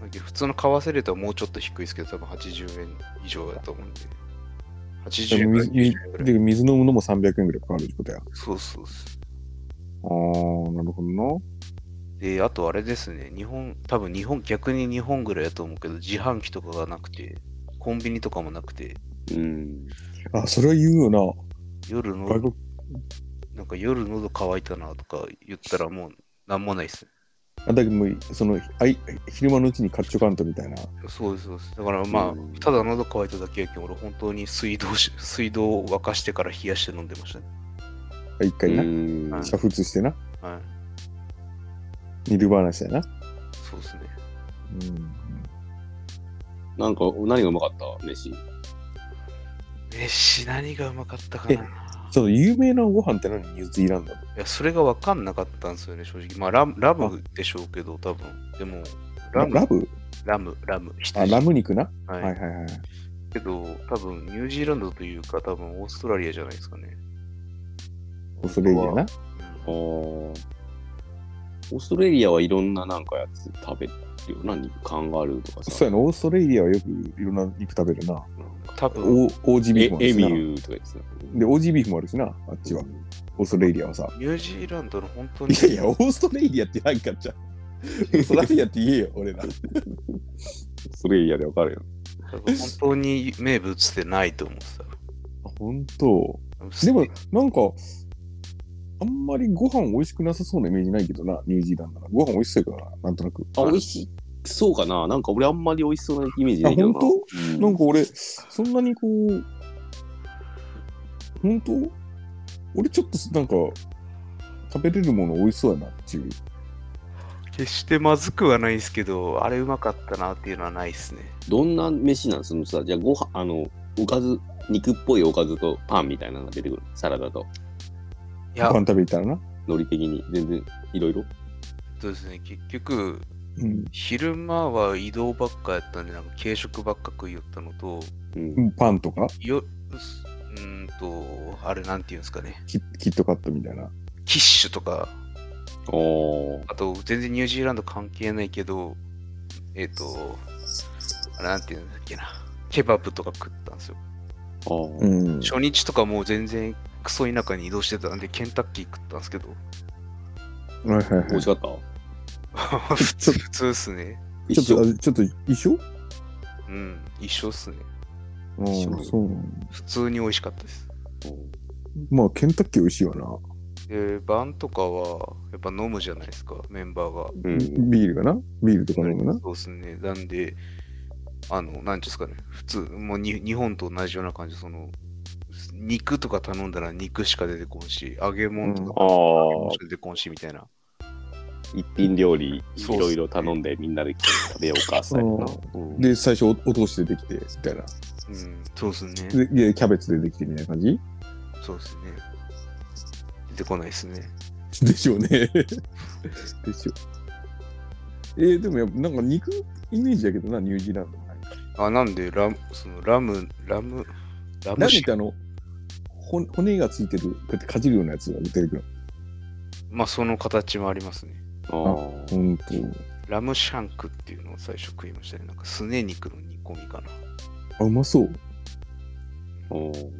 C: だけど普通の為替レートはもうちょっと低いですけど、多分80円以上だと思うんで。80
B: で
C: 円
B: も
C: ぐらい
B: 水水
C: 90円ぐらい。
B: で水飲むのも300円ぐらいかかるってことや。あ
C: そうそうそう。
B: あー、なるほどな。
C: で、あとあれですね、日本、多分日本、逆に日本ぐらいだと思うけど、自販機とかがなくて、コンビニとかもなくて、
A: うん
B: あ、それは言うよ
C: 夜の
B: な。外国、
C: なんか夜喉乾いたなとか言ったらもうなんもないっすね。
B: あだけどもう、その、あい昼間のうちに買っちょかんとみたいな。
C: そうです、そうです。だからまあ、
A: うん
C: ただ喉乾いただけやけん、俺本当に水道し、 水道を沸かしてから冷やして飲んでましたね。
B: 一回な。
A: うん
C: はい
B: 煮沸してな。
C: はい。
B: 煮る話やな。
C: そうですね。
B: うん。
A: なんか何がうまかった飯
C: 飯何がうまかったかな
B: えちょっと有名なご飯って何ニュージーランドの。
C: いや、それが分かんなかったんですよね、正直。まあ、ラムラムでしょうけど、多分。でも、ラ
B: ララ
C: ム、
B: ブ
C: ラム、ラム。
B: あ、ラム肉な。
C: はい。
B: はいはいはい。
C: けど、多分、ニュージーランドというか、多分、オーストラリアじゃないですかね。
B: オーストラリアな。
C: うん
A: あーオーストラリアはいろんななんかやつ食べるよな肉カンガルーとかさ
B: そうやな、オーストラリアはよくいろんな肉食べるな。
C: 多分、
B: オーオージービーフもあ
A: え
B: る
A: エ
B: し
A: ミ
B: な。
A: ューとか言ってた
B: で、オージービーフもあるしな、あっちは。オーストラリアはさ。
C: ニュージーランドの本当
B: い
C: に。
B: やいや、オーストラリアってなんかじゃん。オーストラリアって言えよ、俺ら。
A: オーストラリアでわかるよ
C: 多分本当に名物ってないと思って
B: 本当。
C: た。
B: でも、なんか、あんまりご飯美味しくなさそうなイメージないけどな、ニュージーランドな。ご飯美味しそうやからな、なんとなく。
A: あ美味しそうかななんか俺あんまり美味しそうなイメージないけど
B: 本
A: な
B: 当
A: うん
B: なんか俺、そんなにこう、本当俺ちょっとなんか、食べれるもの美味しそうやなっていう。
C: 決してまずくはないですけど、あれうまかったなっていうのはないですね。
A: どんな飯なんそのさじゃあご飯あのおかず肉っぽいおかずとパンみたいなのが出てくるサラダと
C: い
B: ご
C: や、
B: 飯食べたらな。
A: 海苔的に全然いろいろ
C: そうですね、結局、
B: うん
C: 昼間は移動ばっかやったんで、なんか軽食ばっか食いよったのと、
A: うん
B: うん。パンとか
C: よ、すうーんと、あれなんていうんですかね、
B: キキットカットみたいな。
C: キッシュとか、
A: おー
C: あと、全然ニュージーランド関係ないけど、えっ、と、あれなんていうんだっけな、ケバブとか食ったんですよ。
A: あー
B: ん
C: 初日とかもう全然クソ田舎に移動してたんで、ケンタッキー食ったんですけど、
B: はいはいはい
A: 美味しかった
C: 普通普通っすね。
B: ち
A: 一
B: ょっ
A: 緒
B: と、あちょっと一緒
C: うん、一緒っすね。
B: あ
A: 一緒
B: あ、そうなの。
C: 普通に美味しかったです。
B: まあ、ケンタッキー美味しいわな。
C: で、晩とかは、やっぱ飲むじゃないですか、メンバーが。
A: うん
B: ビールがな。ビールとか飲むな。
C: そうですね。なんで、あの、なんていうんですかね、普通、もうに日本と同じような感じ、その、肉とか頼んだら肉しか出てこんし、揚げ物とか
A: あ
C: 頼んだら揚げ物
A: ー
C: しか出てこんしみたいな。
A: 一品料理い
C: そうっす
A: ろいろ頼んでみんなで食べようかスタイルなうん
B: で、最初お、お通し出てきて、みたいな。
C: うん、そうです
B: で、
C: ね。
B: でキャベツ出てきてみたいな感じ
C: そうですね。出てこないですね。
B: でしょうね。 でしょう。えー、でもやっぱ、なんか肉イメージだけどな、ニュージーランドもなんか。
C: あ、なんで、ラム、そのラム、ラム、ラ
B: ラ
C: ム
B: ム
C: シ
B: ってあの、ほ骨がついてる、こうやってかじるようなやつが出てくる
C: まあ、その形もありますね。
A: あー
B: の。ほんと。
C: ラムシャンクっていうのを最初食いましたね。なんかすね肉の煮込みかな。
B: あ、うまそう。
A: おー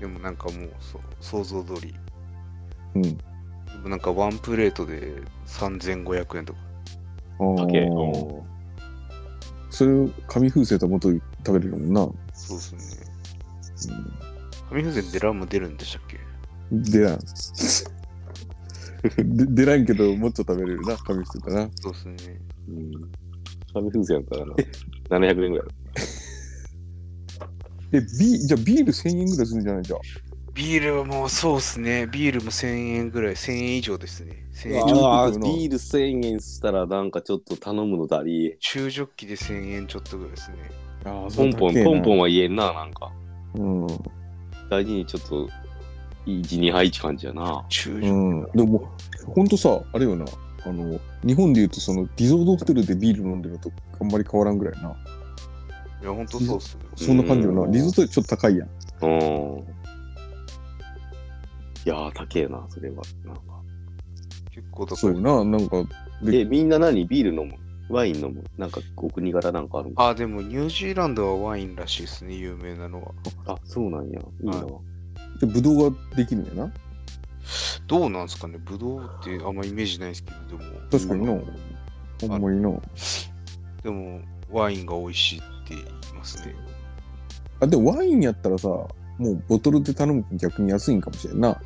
C: でもなんかもうそう想像通り。
B: うん。
C: でもなんかワンプレートで3500円とか。
B: あー
A: 竹おー
B: それを紙風船ともっと食べれるもんな。
C: そうですね。紙風船でラム出るんでしたっけ
B: 出らん。 で出らんけど、もっと食べれるな、紙風船だな。
C: そうですね。
A: うん紙風船やったらな700円ぐらい
B: え、ビーじゃあビール1000円ぐらいするんじゃないじゃん。
C: ビールはもうそうっすね。ビールも1000円ぐらい、1000円以上ですね。1000
B: う
C: 円
B: わ
A: ああ、
B: ジョンクの
A: ビール1000円したらなんかちょっと頼むのだり。
C: 中ジョッキで1000円ちょっとぐらいですね。
B: ああ、
A: ポンポン、ポンポン
B: ン。
A: は言えんな、なんか。
B: うん。
A: 大事にちょっと、1、2杯って感じやな。
C: 中ジョッ
B: うん。でも、ほんとさ、あれよな。あの、日本で言うと、その、リゾートホテルでビール飲んでるのとあんまり変わらんぐらいな。
C: キ。いや、ほんとそうっすよ。
B: そんな感じよ
A: う
B: な。
A: ん
B: リゾートよりちょっと高いやん。
A: うん。いやー、高えな、それは。なんか
C: 結構だ
B: そうよな。なんか、
A: え、みんな何ビール飲むワイン飲むなんかお国柄なんかあるの
C: あ、でもニュージーランドはワインらしいですね、有名なのは。
A: あ、そうなんや。いいな。
B: でブドウができるんだよな。
C: どうなんですかね、ブドウってあんまイメージないですけど、でも、
B: 確かにな。ほんまにな。
C: でもワインが美味しいって言いますね。
B: あ、でもワインやったらさ、もうボトルで頼むと逆に安いんかもしれんな。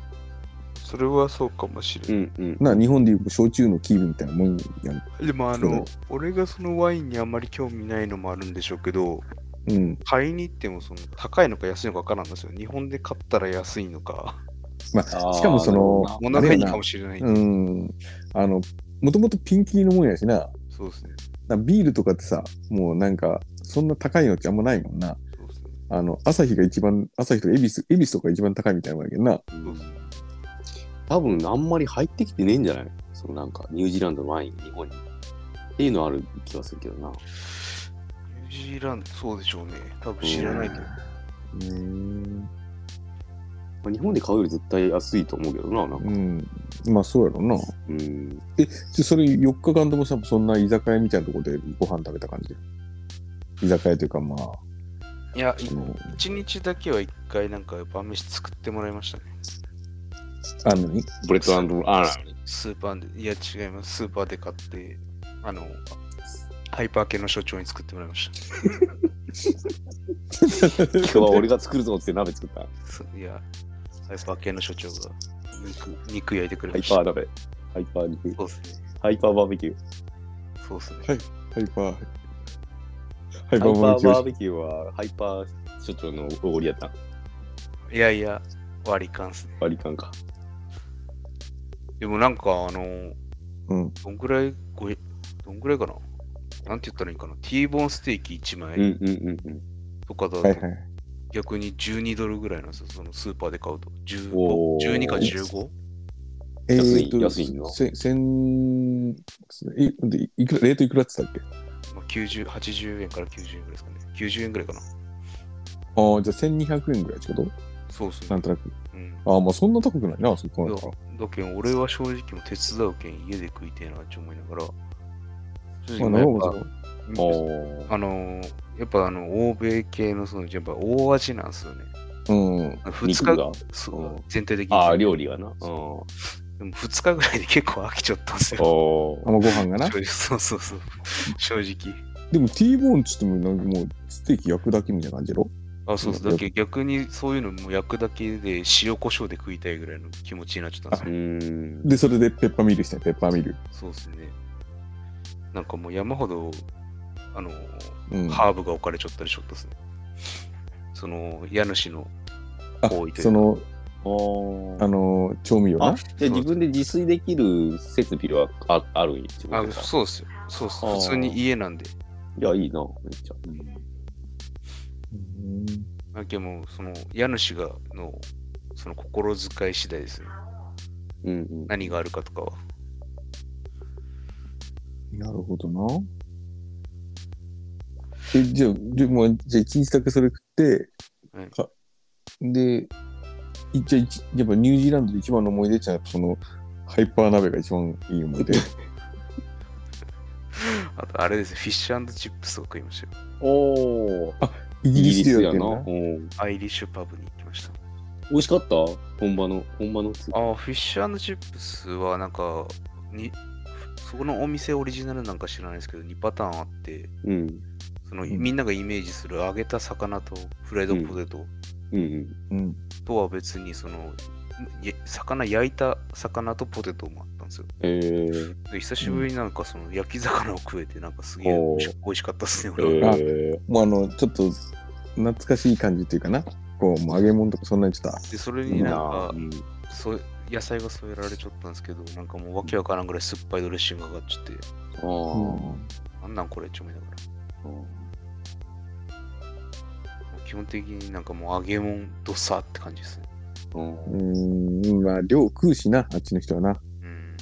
C: それはそうかもしれ
A: う
C: ない。
A: んうん。
B: な、日本でいう焼酎のキールみたいなもんやん。
C: でもあ
B: そう
C: の、俺がそのワインにあんまり興味ないのもあるんでしょうけど、
B: うん。
C: 買いに行ってもその高いのか安いのか分からんんですよ。日本で買ったら安いのか、
B: ま
A: あー
B: あ、しかもその、
C: お
B: あれ
C: 腹
B: や
C: いい
B: な
C: かもしれない。
B: うん。あの、もともとピンキリのもんやしな。
C: そうですね。
B: なビールとかってさ、もうなんか、そんな高いのってあんまないもんな。
C: そうですね。
B: あの、朝日が一番、朝日とか恵比寿、恵比寿とか一番高いみたいなもんやけどな。
C: そうですね。
A: 多分あんまり入ってきてねえんじゃないそのなんか、ニュージーランドのワイン、日本に。っていうのはある気がするけどな。
C: ニュージーランド、そうでしょうね。多分知らないと思う。
B: うん。
A: まあ日本で買うより絶対安いと思うけどな、なんか。
B: うん。まあ、そうやろな。
A: うん。
B: で、それ4日間ともさ、そんな居酒屋みたいなところでご飯食べた感じ。居酒屋というか、まあ、
C: いや、い
B: その、
C: 一日だけは一回なんか晩飯作ってもらいましたね。
B: あのに、
A: ブレッドアンドアーラーに。
C: スーパーで、いや違います、スーパーで買って、あの、ハイパー系の所長に作ってもらいまし
A: 今日は俺が作るぞって鍋作った。ハ
C: た。すいや、ハイパー系の所長が肉肉焼いてくれ
A: イ
C: ました。
A: パー鍋。ハイパー肉。
C: そうですね。
A: ハイパーバーベキュー。
C: そうですね。
B: はいハイパー、ハ
A: ハイ
B: イパー
A: パ
B: バーベ
A: ー
B: キュ
A: バー
B: ー。
A: ベキューは、ハイパー所長のおごりやった。
C: い、やいや、割り勘ですね。
A: 割り勘か。
C: でもなんか、あの、
B: うん。
C: どんぐらい、ごえどんぐらいかななんて言ったらいいんかな ?T ボーンステーキ1
A: うん
C: 枚
A: うんうんうん。
C: とかだ
B: はい
C: と
B: はい。
C: 逆に12ドルぐらいなんですよ、そのスーパーで買うと。
A: お
C: 15
A: ー
C: 12か 15?
B: え
A: 安い
B: ーと
A: 安いの
B: せ千えでいくらレートいくらって言ったっけ
C: まあ、90 80円から90円ぐらいですかね。90円ぐらいかな。
B: ああ、じゃあ1200円ぐらいってこと
C: そうです
B: な
C: ね
B: ん。となく。
C: うん。
B: ああ、まあそんな高くないな、そこ
C: い
B: な
C: や
B: んか。
C: だけど俺は正直もう手伝うけん家で食いてえなって思いながら。
B: まあ、
C: な
B: なる
C: ん
B: ほ
C: か
B: ど。
A: お
C: あのーやっぱあの欧米系のそのやっぱ大味なんですよね。
B: うん。
A: ー。
C: 2
A: 肉
C: 日
A: が。
C: そう
A: うん
C: 全体的に。
A: ああ、料理がな。うん。お
C: でも2日ぐらいで結構飽きちゃったんですよ。
B: あ、
A: ー。
B: まあご飯がな
C: 正。直そうそうそう。正直。
B: でも T ボーンっつっても、なんかもうステーキ焼くだけみたいな感じやろ
C: あ、そうそう。
B: うん
C: だけど逆にそういうのも焼くだけで塩コショウで食いたいぐらいの気持ちになっちゃったんですよ
A: う。ーん。
B: で、それでペッパーミルして、ペッパーミル。
C: そうですね。なんかもう山ほど、あの、
B: うん。
C: ハーブが置かれちゃったりしょったですね。その、家主の、
B: あ
C: 多いというか
B: その、
A: お
B: あの、調味料
A: あ
B: な。、
A: じゃあ自分で自炊できる設備はああるんや。自
C: あ
A: 分、で
C: そうですよ。そうっす。
A: あー
C: 普通に家なんで。
A: いや、いいな、めっちゃ。
B: うん
C: だけどもう、その、家主が、の、その心遣い次第ですね。
A: うんうん。
C: 何があるかとかは。
B: なるほどな。え、じゃあ、でも、じゃあ一日だけそれ食って、
C: はい
B: かで、いじゃあ一やっぱニュージーランドで一番の思い出じゃその、ハイパー鍋が一番いい思い出。
C: あと、あれですね、フィッシュチップスを食いましたよ。
A: おー。
B: イギ
A: イギ
B: リ
A: リ
B: ス
A: ス
B: で
A: や
B: やってん
A: な。
B: だ
A: う。ん。
C: アイリッシュパブに行きました。
A: 美味しかった本場の、本場の。
C: ああ、フィッシュチップスは、なんか、に、そこのお店オリジナルなんか知らないですけど、2パターンあって、
A: うん。
C: その
B: ん
C: みんながイメージする揚げた魚とフライドポテト
A: うんうん。
B: うん。
C: とは別にそのや魚焼いた魚とポテトもあったんですよ。
A: えー。
C: で久しぶりになんかその焼き魚を食えてなんかすげえ
A: おー
C: 美味し美味しかったっすね
A: え
C: 俺は。
A: ー。
B: もうあの、ちょっと、懐かしい感じっていうかな。構もう揚げ物とかそんなにちょっと
C: で、それになんか
A: う、ん
C: そう野菜が添えられちゃったんですけど、なんかもうわけわからんぐらい酸っぱいドレッシングがかかっちゃって、
A: あー
C: なんなんこれって思いながら。もう基本的になんかもう揚げ物どさって感じですね。
A: うん
B: うん、うん、まあ量食うしな、あっちの人はな。
C: うん。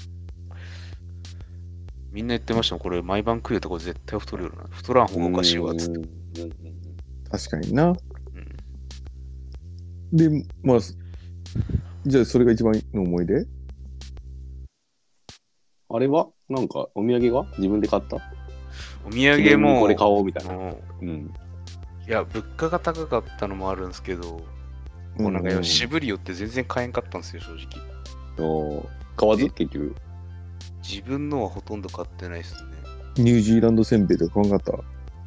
C: みんな言ってましたもん、これ毎晩食うとこ絶対太るよな。太らん方がおかしいわっつっ
A: う
C: て。
A: んうんうん
B: 確かにな。
C: うん
B: で、まあ、じゃあそれが一番の思い出
A: あれはなんかお土産は自分で買った
C: お土産も、
A: これ買おうみたい
C: あ
A: な。
C: の
A: うん。
C: いや、物価が高かったのもあるんですけど、もうなんかよ渋りよって全然買えんかったんですよ、正直。
A: おー買わず結局。
C: 自分のはほとんど買ってないですね。
B: ニュージーランドせんべいとか買わんかった。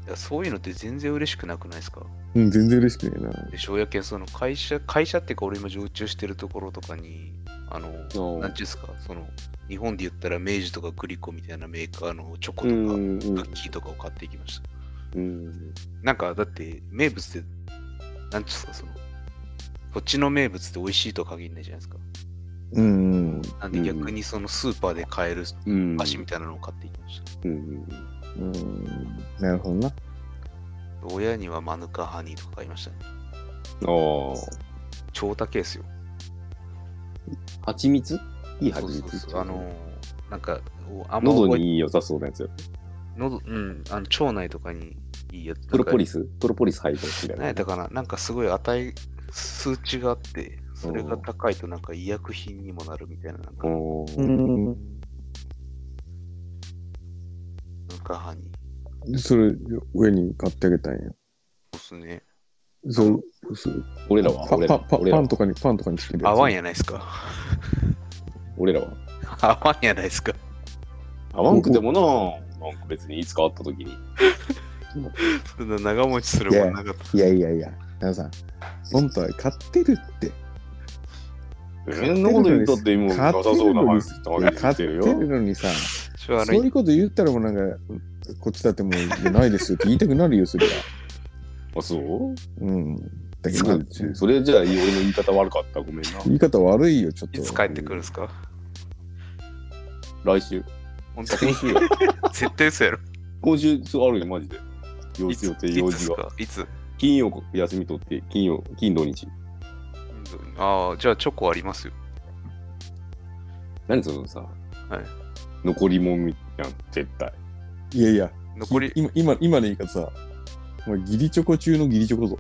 C: いやそういうのって全然嬉しくなくないですか
B: うん、全然嬉しくねえな。
C: でしょやけんその会社、会社っていうか俺今常駐してるところとかに、あの、
A: お
C: なん
A: ー
C: ちゅうんすか、その、日本で言ったら明治とかグリコみたいなメーカーのチョコ
A: う
C: と
A: んう
C: か、
A: んうん
C: クッキーとかを買っていきました。
A: うん
C: なんかだって名物って、なんちゅうんすか、その、こっちの名物って美味しいとは限らないじゃないですか。
B: うん、うん。
C: なんで逆にそのスーパーで買える
A: うん。
C: 足みたいなのを買っていきました。
A: うんうん
B: うん、なるほどな。
C: 親にはマヌカハニーとか買いましたね。
A: うん。おー
C: 超高いですよ。
A: 蜂蜜いい
C: そう
A: 蜂
C: そう
A: 蜜
C: そう。あのー、なんか、おあんま
A: 喉
C: 覚え
A: に良さそうなやつよ。
C: 喉、うん、あの腸内とかにいいやつ。
A: プロポリ
C: ス。
A: スプロポリス配合みたい
C: 何や
A: な
C: っ。たかななんかすごい値、数値があって、それが高いとなんか医薬品にもなるみたいな、なんか、
A: おー
B: ん。
C: マヌカハニー。
B: それ、上に買ってあげたんや。
C: そうっすね。
B: そう、そう
A: 俺らは
B: パ
A: 俺
B: パ
A: ら
B: パ
A: は俺ら
B: パン
A: は
B: とかに、パンとかにつける
C: 合
B: やつ
C: わんやないですか。
A: 俺らは。
C: 合わんやないですか。
A: 合わんくてもな、なんか別にいつか会った時に。
C: そんな長持ちするもんなかった。
B: いやいやいや、皆さん、本当は買ってるって。
A: えんなこと言ったって今、
B: 買
A: な
B: っ
A: さ
B: てる
A: そうな
B: のに
A: 話して
B: 買って
A: る
B: る
A: よ。
B: のにさ、
C: しょうが
B: そ
C: な
B: う
C: い
B: いうこと言ったらもうなんか、こっちだってもういやないですよって言いたくなるよ、それは。
A: あ、そう
B: うん。だけ
A: そ
B: ど
A: う、 それじゃあ、俺の言い方悪かった。ごめんな。
B: 言い方悪いよ、ちょっと。
C: いつ帰ってくるんですか
A: 来週。
C: 本当に
A: 今週よ。
C: 絶対嘘やろ。
A: 今週、そうあるよ、マジで。用
C: いつ
A: 事予定、
C: い
A: 用
C: つっ
A: 事
C: す
A: が。
C: かいつ
A: 金曜、休み取って、金曜、金土日。
C: ああ、じゃあチョコありますよ。
A: 何そのさ、
C: はい
A: 残りもんみやん、絶対。
B: いやいや、
C: 残り、
B: 今、今、今の言い方さ、お前ギリチョコ中のギリチョコぞ。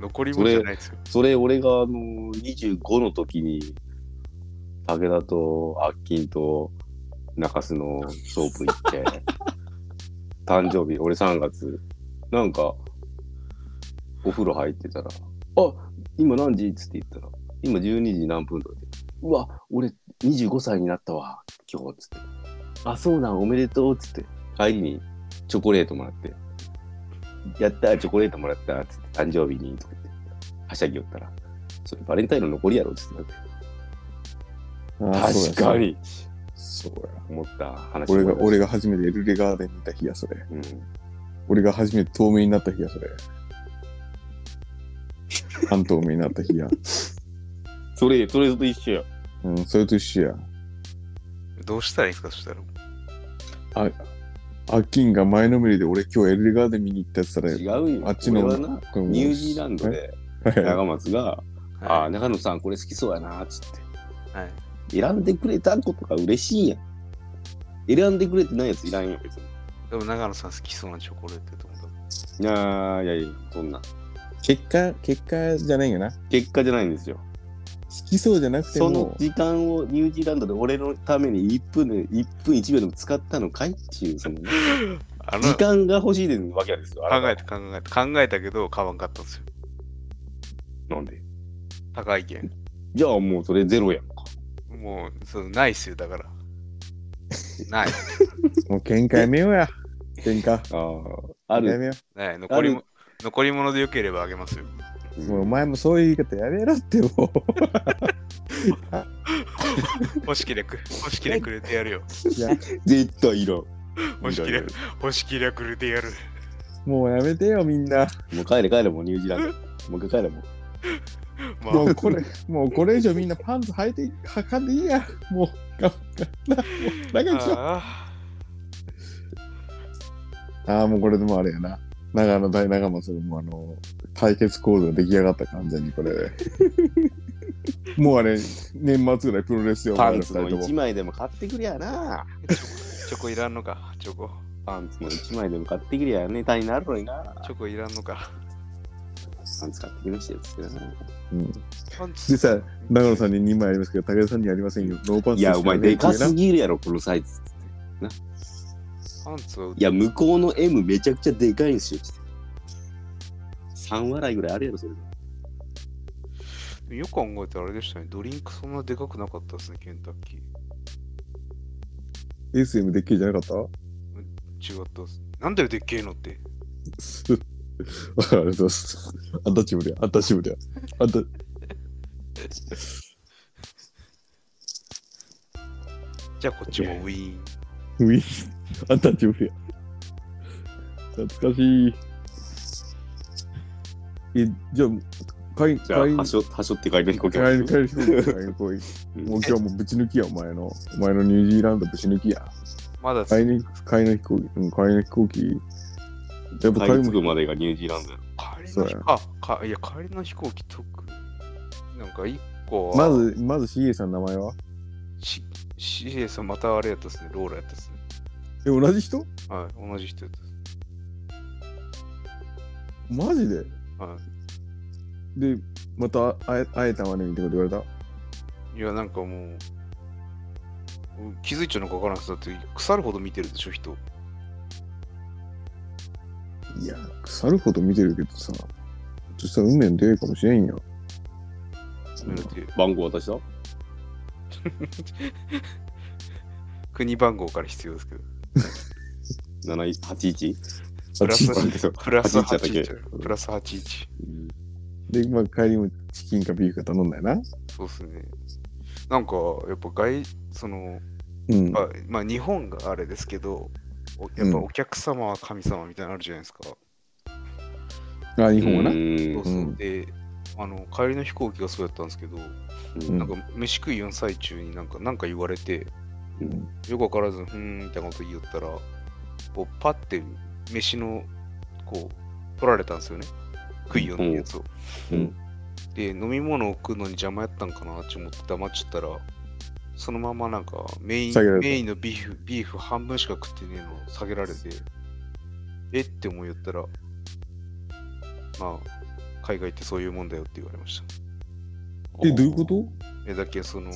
C: 残りもじゃないですよ。
A: それ、俺が、あのー、25の時に、武田と、あっきんと、中洲のショープ行って、誕生日、俺3月、なんか、お風呂入ってたら、あ今何時っつって言ったら、今12時何分とかで、うわ、俺25歳になったわ、今日、つって。あ、そうなん、おめでとう、つって。帰りにチョコレートもらって、やったー、チョコレートもらったー、つって、誕生日に、とか言って、はしゃぎよったら、それバレンタインの残りやろ、つってなって。
B: あ
A: 確か。に、
B: そうやそうや。
A: 思った話。
B: 俺が、俺
A: が。
B: が初めてエルレガーデン見た日や、それ。
A: うん。
B: 俺が初めて透明になった日や、それ。半透明になった日や。
A: それ、それと一緒や。
B: うん、それと一緒や。
C: どうしたらいいですかそしたら。
B: あっきんが前のめりで俺今日エルレガーデン見に行ったやつたら、
A: 違うよ。
B: あっちの
A: 俺はな、
B: この
A: ニュージーランドで、長松が、あ
C: は
A: あ、中野さん、これ好きそうやな、つって。
C: いはい。
A: 選んでくれたことが嬉しいやん。選んでくれてないやついらんよ、別に。
C: でも長野さん好きそうなチョコレートと思った。
A: いやーいやいや、そんな。
B: 結果、結果じゃないよな。好
A: 結果じゃないんですよ。
B: きそうじゃなくて
A: その
B: も、
A: 時間をニュージーランドで俺のために1分で、1分1秒でも使ったのかいっていう、その、ね、
C: あの
A: 時間が欲しいでわけですよ。あな
C: 考え
A: た
C: て考えて考えたけど買わんかったんですよ。
A: なんで。
C: 高いけん。
A: じゃあもうそれゼロやんか。
C: もう、そのないっすよ、だから。ない。
B: もう喧嘩やめようや。喧嘩。
A: ああ、あ
B: や
A: る。
B: めよ
C: ない残りも残り物でよければあげますよ。
B: う。もうお前もそういう言い方やめろってもう。
C: 欲しきれく、欲しきれくれてやるよ。
B: いや、
A: 絶対いらん。
C: 欲しきれ、欲しきれくれてやる。
B: もうやめてよみんな。
A: もう帰れ帰れもうニュージーランド。もう一回帰れもう。
C: ま
B: も
C: あ、
B: うこれ、もうこれ以上みんなパンツ履いて、履かんでいいや。もう、頑張っ長生きしよう。
C: あ
B: ああ、もうこれでもあれやな。長野大長松のもうあの、対決構図が出来上がった完全にこれで。もうあれ、年末ぐらいプロレスよ、
A: パンツ
B: お前
A: の
B: ら二人と
A: 一
B: も
A: 枚でも買ってくりゃな。
C: ーチョコチョコいらんのか、チョコ。
A: パンツの一枚でも買ってくりゃネタになるのにな。
C: チョコいらんのか。
A: パンツ買ってきましたよつってな。
B: うん
C: パンツ
B: でさ、長野さんに2枚ありますけど、武田さんにはありませんよ。ノーパンツ
A: いや、お前でかす
B: ぎ。
A: ぎるやろ、このサイズ。
C: パンツを
A: いや、向こうの M めちゃくちゃでかいんすよ。3笑いぐらいあるやろ、それ。
C: よく考えたらあれでしたね。ドリンクそんなでかくなかったですね、ケンタッキー。
B: SM でっけえじゃなかった
C: 違ったっす。なんだよ、でっけえのって。
B: すありがとうございます。あんたちぶりや、あんたちぶりや。あんた。
C: じゃあこっちもウィーン。
B: ウィアンタッチャブルや。懐かしい。え、じゃあ、かい、
A: じゃ
B: か
A: あ、
B: い、
A: はしょ、はしょって帰りの飛行機。
B: 帰り、帰り飛行機、帰り飛行機。もう今日もうぶち抜きや、お前の。お前のニュージーランドぶち抜きや。
C: まだつ
B: 帰り、帰りの飛行機、うん、帰りの飛行機。や
A: 帰
B: っぱ帰
A: り
B: り
A: 着
B: も、
A: くまでがニュージーランドやろ。
C: 帰り
B: そ
C: の
B: う
C: 飛
B: や
C: あか、いや、帰りの飛行機特なんか一個は、
B: まず、まず CA さんの名前は
C: し、CA さんまたあれやったっすね、ローラやったっすね。
B: え、同じ人
C: はい、同じ人やったっす。
B: マジで
C: は
B: で、また会え会えたわねみたいなこと言われ
C: い。いや、なんかもう、気づいちゃうのかわからんす。だって、腐るほど見てるでしょ、人。
B: たいや、腐るほど見てるけどさ、そしたら運命の出会いかもしれんやん。
C: なので
A: 番号渡した
C: 国番号から必要ですけど。
A: ?7181?
C: プラス
B: あち
A: なんか そう
C: プラス
A: 81やったっ
C: 81。プラス81。
B: で、まあ、帰りもチキンかビーフか頼んだよな。
C: そうっすね。なんか、やっぱ外、その、
B: うん。
C: まあ、まあ、日本があれですけど、おやっぱお客様は神様みたいなのあるじゃないですか。
B: あ、日
A: 日
B: 本はな。
C: そう
A: な。
C: そう
B: うん
C: であの、帰りの飛行機がそうやったんですけど、
A: うん
C: なんか飯食いの最中になんかなんか言われて、
A: うん
C: よくわからず、ふーんみたいなこと言いよったら、こうパッて飯の、こう、取られたんですよね。食いよのやつを。
A: うん
C: で、飲み物を食うのに邪魔やったんかなって思って黙っちゃったら、そのままなんかメイン
B: 下げられた
C: メインのビーフビーフ半分しか食ってねえのを下げられて、えって思いよったら、まあ、海外ってそういうもんだよって言われました。
B: え、どういうこと
C: えだけその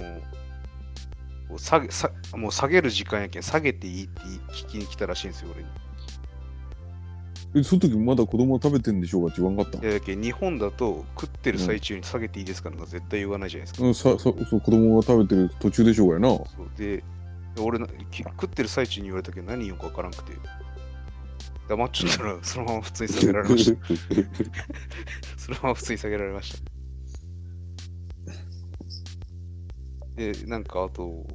C: こう下げさもう下げる時間やけん下げていいって聞きに来たらしいんですよ俺に
B: え、その時まだ子供は食べてんでしょうかって言わんかった
C: えだけ日本だと食ってる最中に下げていいですかなんか絶対言わないじゃないですか、
B: うん、さ、さ、そう、子供が食べてる途中でしょうがやな。
C: そうでで俺なき食ってる最中に言われたけど何よくわからんくて黙っちゃったらそのまま普通に下げられました そのまま普通に下げられましたでなんかあと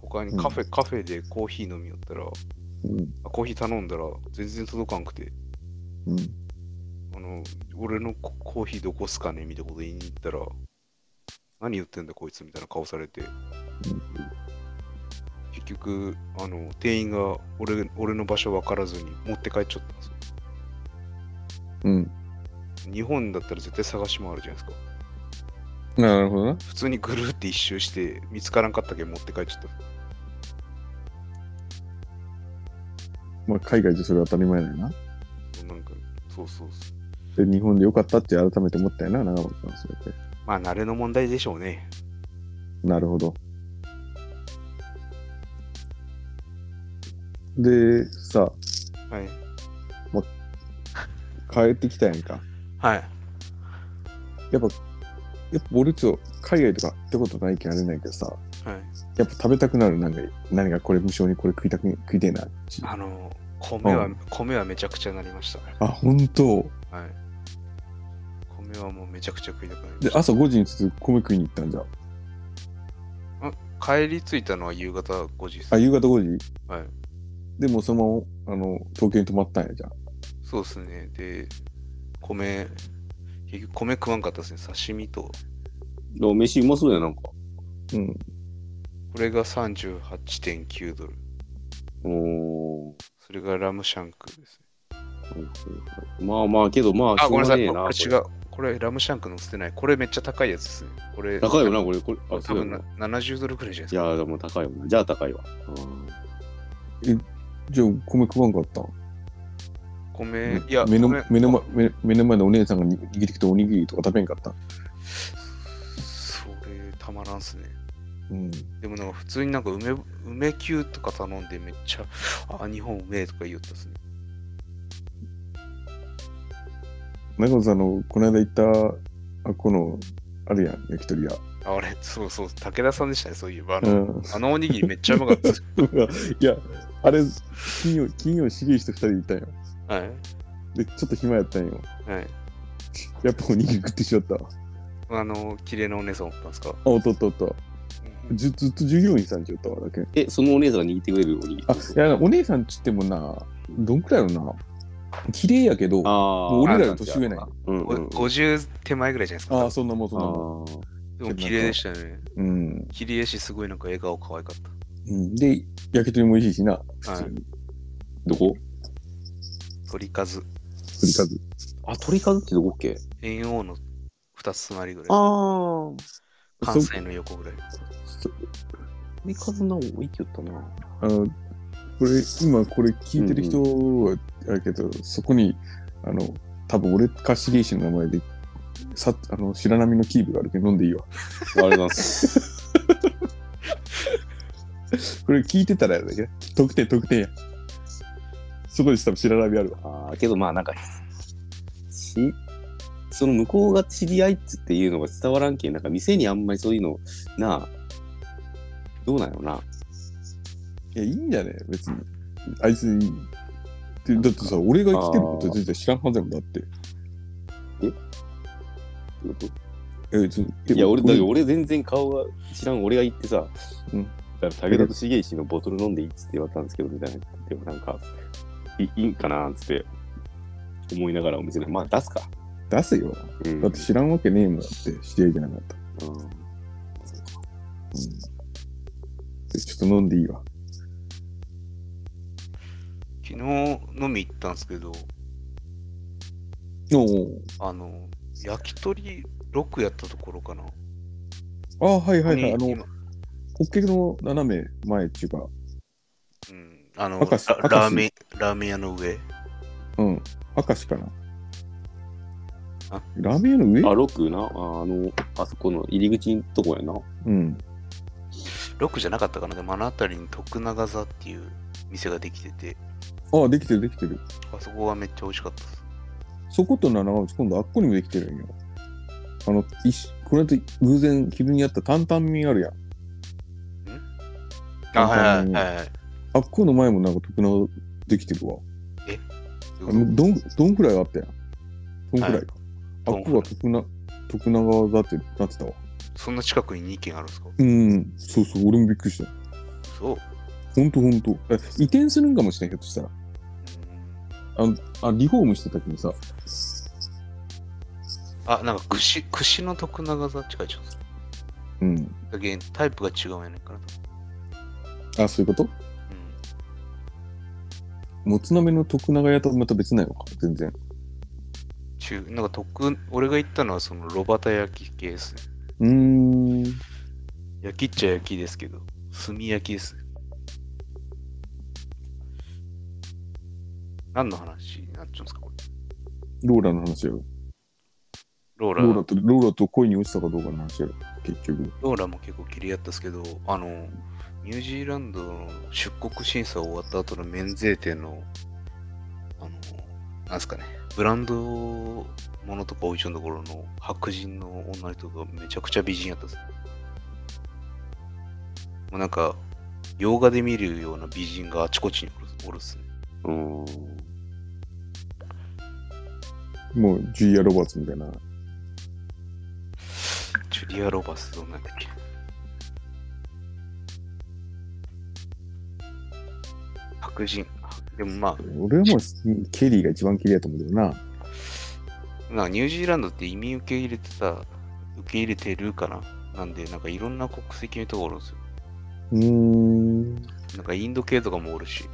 C: 他にカフェ、カフェでコーヒー飲みよったら
B: うん。
C: コーヒー頼んだら全然届かんくて、
B: うん。
C: あの、俺のココーヒーどこっすかねみたいなこと言いに行ったら、何言ってんだこいつみたいな顔されて、結局、あの、店員が俺俺の場所分からずに持って帰っちゃったんですよ。
B: うん。
C: 日本だったら絶対探し回るじゃないですか。
B: なるほどな。
C: 普通にぐるーって一周して見つからんかったけど持って帰っちゃった。
B: まあ、海外じゃそれは当たり前だよな。
C: なんか、そうそうそう。
B: で、日本でよかったって改めて思ったよな、長松さん、それって。
C: まあ、慣れの問題でしょうね。
B: なるほど。で、さ、
C: はい。
B: 帰ってきたやんか。
C: はい。
B: やっぱ、やっぱ俺ちょっと海外とかってことないけんあれないけどさ、
C: はい。
B: やっぱ食べたくなる、なんか、何かこれ無償にこれ食いたく、食いてえな。
C: あの、米は、
B: うん
C: 米はめちゃくちゃなりました。
B: あ、本当。
C: はい。米はもうめちゃくちゃ食いたくなりま
B: で
C: し、た
B: 朝5時につつ米食いに行ったんじゃん。
C: 帰り着いたのは夕方5時です。
B: あ、夕方5時
C: はい。
B: でもうそのまま、あの、東京に泊まったんやじゃん。
C: そうですね。で、米、結局米食わんかったですね。刺身と
A: でも飯うまそうや、なんか。
B: うん。
C: これが38.9ドル。
A: おー
C: それがラムシャンクですね。
A: まあまあ、けどまあ、
C: あ、ごめんなさい。
A: しょう
C: これ
A: がねえ
C: 違う。これラムシャンク載せてない。これめっちゃ高いやつですね。これ、
A: 高いよな、これ。これあ、
C: 多
A: そうや
C: 分
A: な
C: な。70ドルくらいじゃない
A: い
C: ですか。
A: や、でも高いよな。じゃあ高いわ。うん
B: じゃあ、米食わんかったん
C: 米、いや、
B: 目の
C: 米
B: 目の前目目の前のお姉さんがに握ってきたおにぎりとか食べんかったん
C: それ、たまらんっすね。
B: うん。
C: でもなんか普通になんか梅梅球とか頼んでめっちゃ、あ、日本うめえとか言おったっすね。
B: 中野さん、あの、この間行った、あ、この、あるやん、焼き鳥屋。
C: ああれ、そうそう、武田さんでしたね、そういえば。あ
B: う
C: の,、
B: ん。
C: あのおにぎりめっちゃうまかったっす。
B: いや、あれ、金曜、金曜、重石と二人で行ったんよ。
C: はい。
B: で、ちょっと暇やったんよ。
C: はい。
B: やっぱおにぎり食ってしまったわ。
C: あの、綺麗なお姉さんおったんですか
B: あ、おっとっとっと。ずずっと従業員さんちおったわ、だけ。
A: え、そのお姉さんが握ってくれるおにぎり。
B: あ、いや、お姉さんちってもな、どんくらいやろな。綺麗やけど、も
A: あ
B: う俺らの年上なんよ。
A: うんうん。
C: ご50手前ぐらいじゃないです
B: あ
C: か。
B: あ、そんなもん、そんなもん。
A: あ
C: でも綺麗でしたね。
B: うん。
C: 綺麗やし、すごいなんか笑顔可愛かっ
B: うんで、焼き鳥も美味しいしな、
C: た。は
B: 普通
C: い。
B: に。
A: どこ
C: 鳥数、
B: 振り数。
A: あ、鳥数ってどこっけ
C: 猿王の2つ隣ぐらい。
A: ああ。
C: 関西の横ぐらい。
B: そ
A: 鳥数な、多いって言ったな。
B: あの、これ、今これ聞いてる人は、あれけど、そこに、あの、多分俺かシリーシの名前で、さあの白波のキーブがあるけど飲んでいいわ。
A: ありがとうございます。
B: これ聞いてたらやだけど、特典特典や。そこで多分白波あるわ。
A: ああ、けどまあなんか、し、その向こうが知り合いっつっていうのが伝わらんけん、なんか店にあんまりそういうの、なあ、どうなんやろな。
B: いや、いいんじゃね別に。あいつに。でだってさ、俺が生きてること全然知らんはずやもんだって。え、ちょえ
A: いや、俺、だ
B: 俺
A: けど俺全然顔が知らん、俺が行ってさ、
B: うん
A: だから武田と重石のボトル飲んでいいっつって言われたんですけど、みたいな。でもなんか、いいいんかなっつって思いながらお店で、まあ出すか。
B: 出せよ。
A: うん
B: だって知らんわけねえもんだって、知り合いじゃなかった。
A: うん
B: うんでちょっと飲んでいいわ。
C: 昨日飲み行ったんですけど、
B: おお。
C: あの、焼き鳥6やったところかな。
B: ああ、はいはいはい。あ
C: ここ
B: の、
C: に今
B: ホッケの斜め前っていうか、
C: うん、あの、ラ
B: 明石明石
C: ラーメン、ラーメン屋の上。
B: うん、明石かな
C: あ。
B: ラーメン屋の
A: あ、
B: 上
A: ロクな、ああの、あそこの入り口んとこやな。
B: うん。
C: 6じゃなかったかな。でもあの辺りに徳永座っていう店ができてて、
B: ああ、できてるできてる。
C: あそこがめっちゃ美味しかったです。
B: そことな長松、今度あっこにもできてるんよ。あの、いしこの間偶然昼にあった担々麺あるやん。
C: あ、は
B: う
C: い
B: ん
C: はいはい。
B: あっこの前もなんか特納できてるわ。あ
C: う
B: の
C: ん
B: どん、どんくらいあったやん。どんくらいか。
C: はい
B: あっこが徳な、徳永座ってなってたわ。
C: そんな近くに2軒あるんですか
B: うん、そうそう、俺もびっくりした。
C: そう。
B: ほんとほんと。え移転するんかもしれん、ひょっとしたら。
C: うん
B: あのあリフォームしてたけどさ、
C: あ、なんか串、串の徳永座って書いちゃうんです
B: うん。
C: だけどタイプが違うんやないかなと。
B: あ、そういうこと
C: うん。
B: もつ鍋の徳永屋とまた別なのか、全然。
C: 中、なんか徳、俺が行ったのはその炉端焼き系ですね。
B: うーん。
C: 焼きっちゃ焼きですけど、炭焼きです。何の話になっちゃうんですか、これ。
B: ローラの話やろ。
C: ローラ、
B: ロー
C: ロ
B: ラと、ローラと恋に落ちたかどうかの話やろ。結局。
C: ーラも結構切り合ったですけど、あの、ニュージーランドの出国審査終わった後の免税店の、あの、なんすかね、ブランドものとか置いちゃうところの白人の女の人がめちゃくちゃ美人やったです。もうなんか、洋画で見るような美人があちこちにおるおるっすね。
A: うん。
B: もう、ジュリア・ロバーツみたいな。
C: ジュリア・ロバスどんなんだっけ白人。でもま
B: 俺はもう、ケリーが一番綺麗やと思うけどな。
C: あ、なんかニュージーランドって移民受け入れてた受け入れてるかななんで、なんかいろんな国籍の人がおるんですよ。
B: うーん。
C: なんかインド系とかもおるし、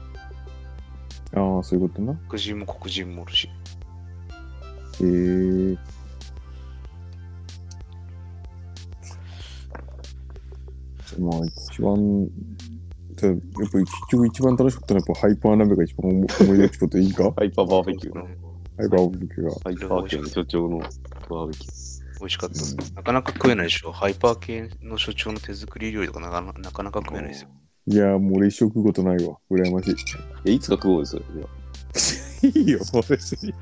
B: ああ、そういうことな。
C: 黒人も黒人もおるし。
B: へえ。まあ、一番、じゃあやっぱり結局一番楽しかったのはやっぱハイパー鍋が一番思い思い出すこといいか
A: ハイパーバーベキューの。
B: ハイパーオブケが。
A: ハイパー系の所長のバーベキュー。
C: 美味しかったです、なかなか食えないでしょ。ハイパー系の所長の手作り料理とかなかななかなか食えないですよ。
B: いやーもう俺一生食うことないわ。羨まし
A: えいつか食おうですよ。
B: い。いいよ、もう別に。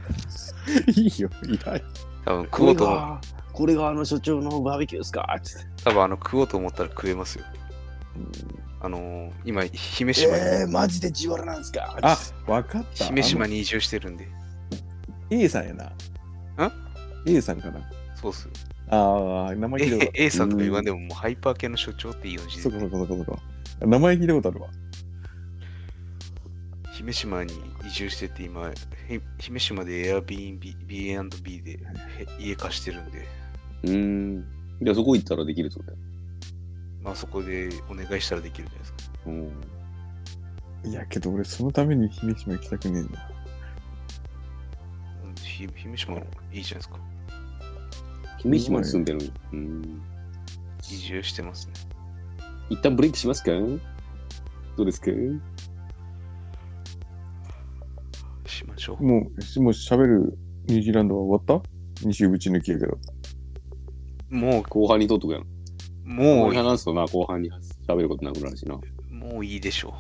B: いいよ、いらない。
C: 多分食おうと思う、
A: が、これがあの所長のバーベキューですかっつって。
C: 多分あの食おうと思ったら食えますよ。あのー、今、姫島に、
A: えー、マジで地割れなんですか
B: あ、わかった。
C: 姫島
B: に。
C: に移住してるんで、
B: A さんやな。
C: ん
B: ?A さんかな。
C: そうっすよ。
B: ああ、名前聞いたことある
C: A, A さんとか言わんでも、もうハイパー系の所長っていう字
B: そっかそ
C: で
B: っ、かそっかそっか。名前聞いたことあるわ。
C: 姫島に移住してて、今、へ姫島で Airbnb B&B でへ家貸してるんで、
A: うーん。いや、そこ行ったらできるってことだよ。
C: まあそこでお願いしたらできるじゃないですか。
A: うん。
B: いや、けど俺そのために姫島行きたくねえな。
C: うんひ姫島いいじゃないですか。
A: 姫島に住んでるのうん。
C: 移住してますね。
A: 一旦ブレイクしますかどうですか
C: しましょう。
B: もう、しもう喋るニュージーランドは終わった二週ぶち抜きやけど。
C: も
A: 後半にとっとくやん。
C: う、も
A: 後半、
C: う
A: に話すとな、後半に喋ることなくなるしな。
C: もういいでしょ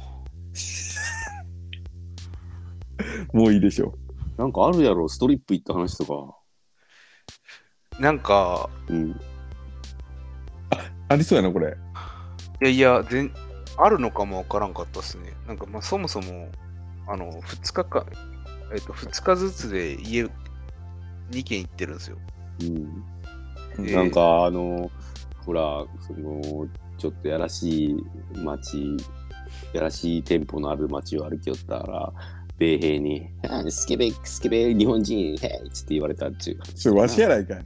B: もういいでしょ
A: なんかあるやろ、ストリップ行った話とか。
C: う。なんか、
A: うん。
B: ありそうやな、これ。
C: いやいや、全あるのかもわからんかったっすね。なんか、まあ、そもそも、あの、2日か、えっと、2日ずつで家、2軒行ってるんですよ。
A: うん。
C: えー
A: なんかあのほらそのちょっとやらしい街やらしい店舗のある街を歩きよったら米兵に「あスケベスケベ日本人へい!」っつって言われたっちゅう
B: それわしやないかい。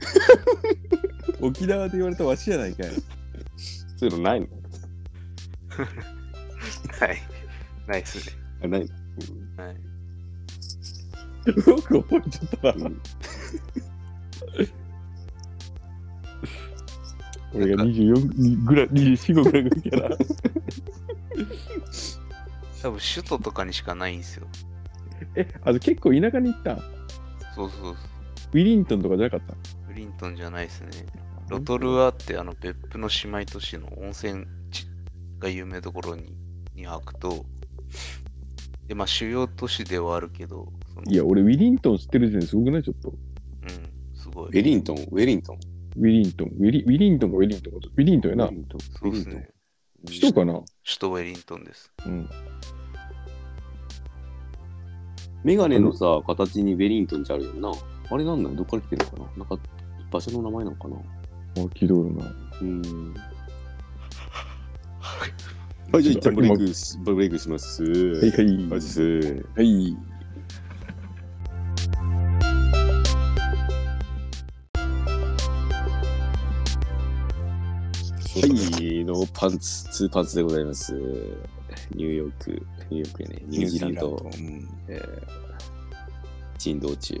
B: 沖縄で言われたわしやないかい。
A: そういうのないの
C: はい。ないっすね。
A: あない
C: はい。
B: よく覚えちゃった
A: の、う
B: な。
A: ん
B: 俺が24ぐらい、25ぐらいの時や な。
C: 多分、首都とかにしかないんですよ。
B: え、あと結構田舎に行ったんウ
C: そうそうそう。
B: ィリントンとかじゃなかった
C: ブリントンじゃないっすね。ロトルアって、あの、別府の姉妹都市の温泉地が有名なところに2泊と、で、まあ、主要都市ではあるけど、その
B: いや、俺ウィリントン知ってる時点ですごくないちょっと。
C: うん、すごい
A: ウ。ェリントンウェリントン
B: ウィリントン。ウィリウィリントンがウィリントンか。ウィリントンや
A: ウ
B: な
A: ェ。リントン
C: そうですね。
B: 首都かな
C: 首都ウェリントンです。
B: うん。
A: メガネのさ形にウェリントンってあるよなあれなんだよどっから来てるのかななんか場所の名前なのかな
B: あ、聞いたことない。
A: うんはいじゃあ一旦ブレイクしブレイクします
B: はいは
A: マジ
B: い。
A: す
B: はい。
A: はい、ノーパンツ、ツーパンツでございます。ニューヨーク、ニューヨークやね、ニュージーランド、
B: うん
A: えー、人道中、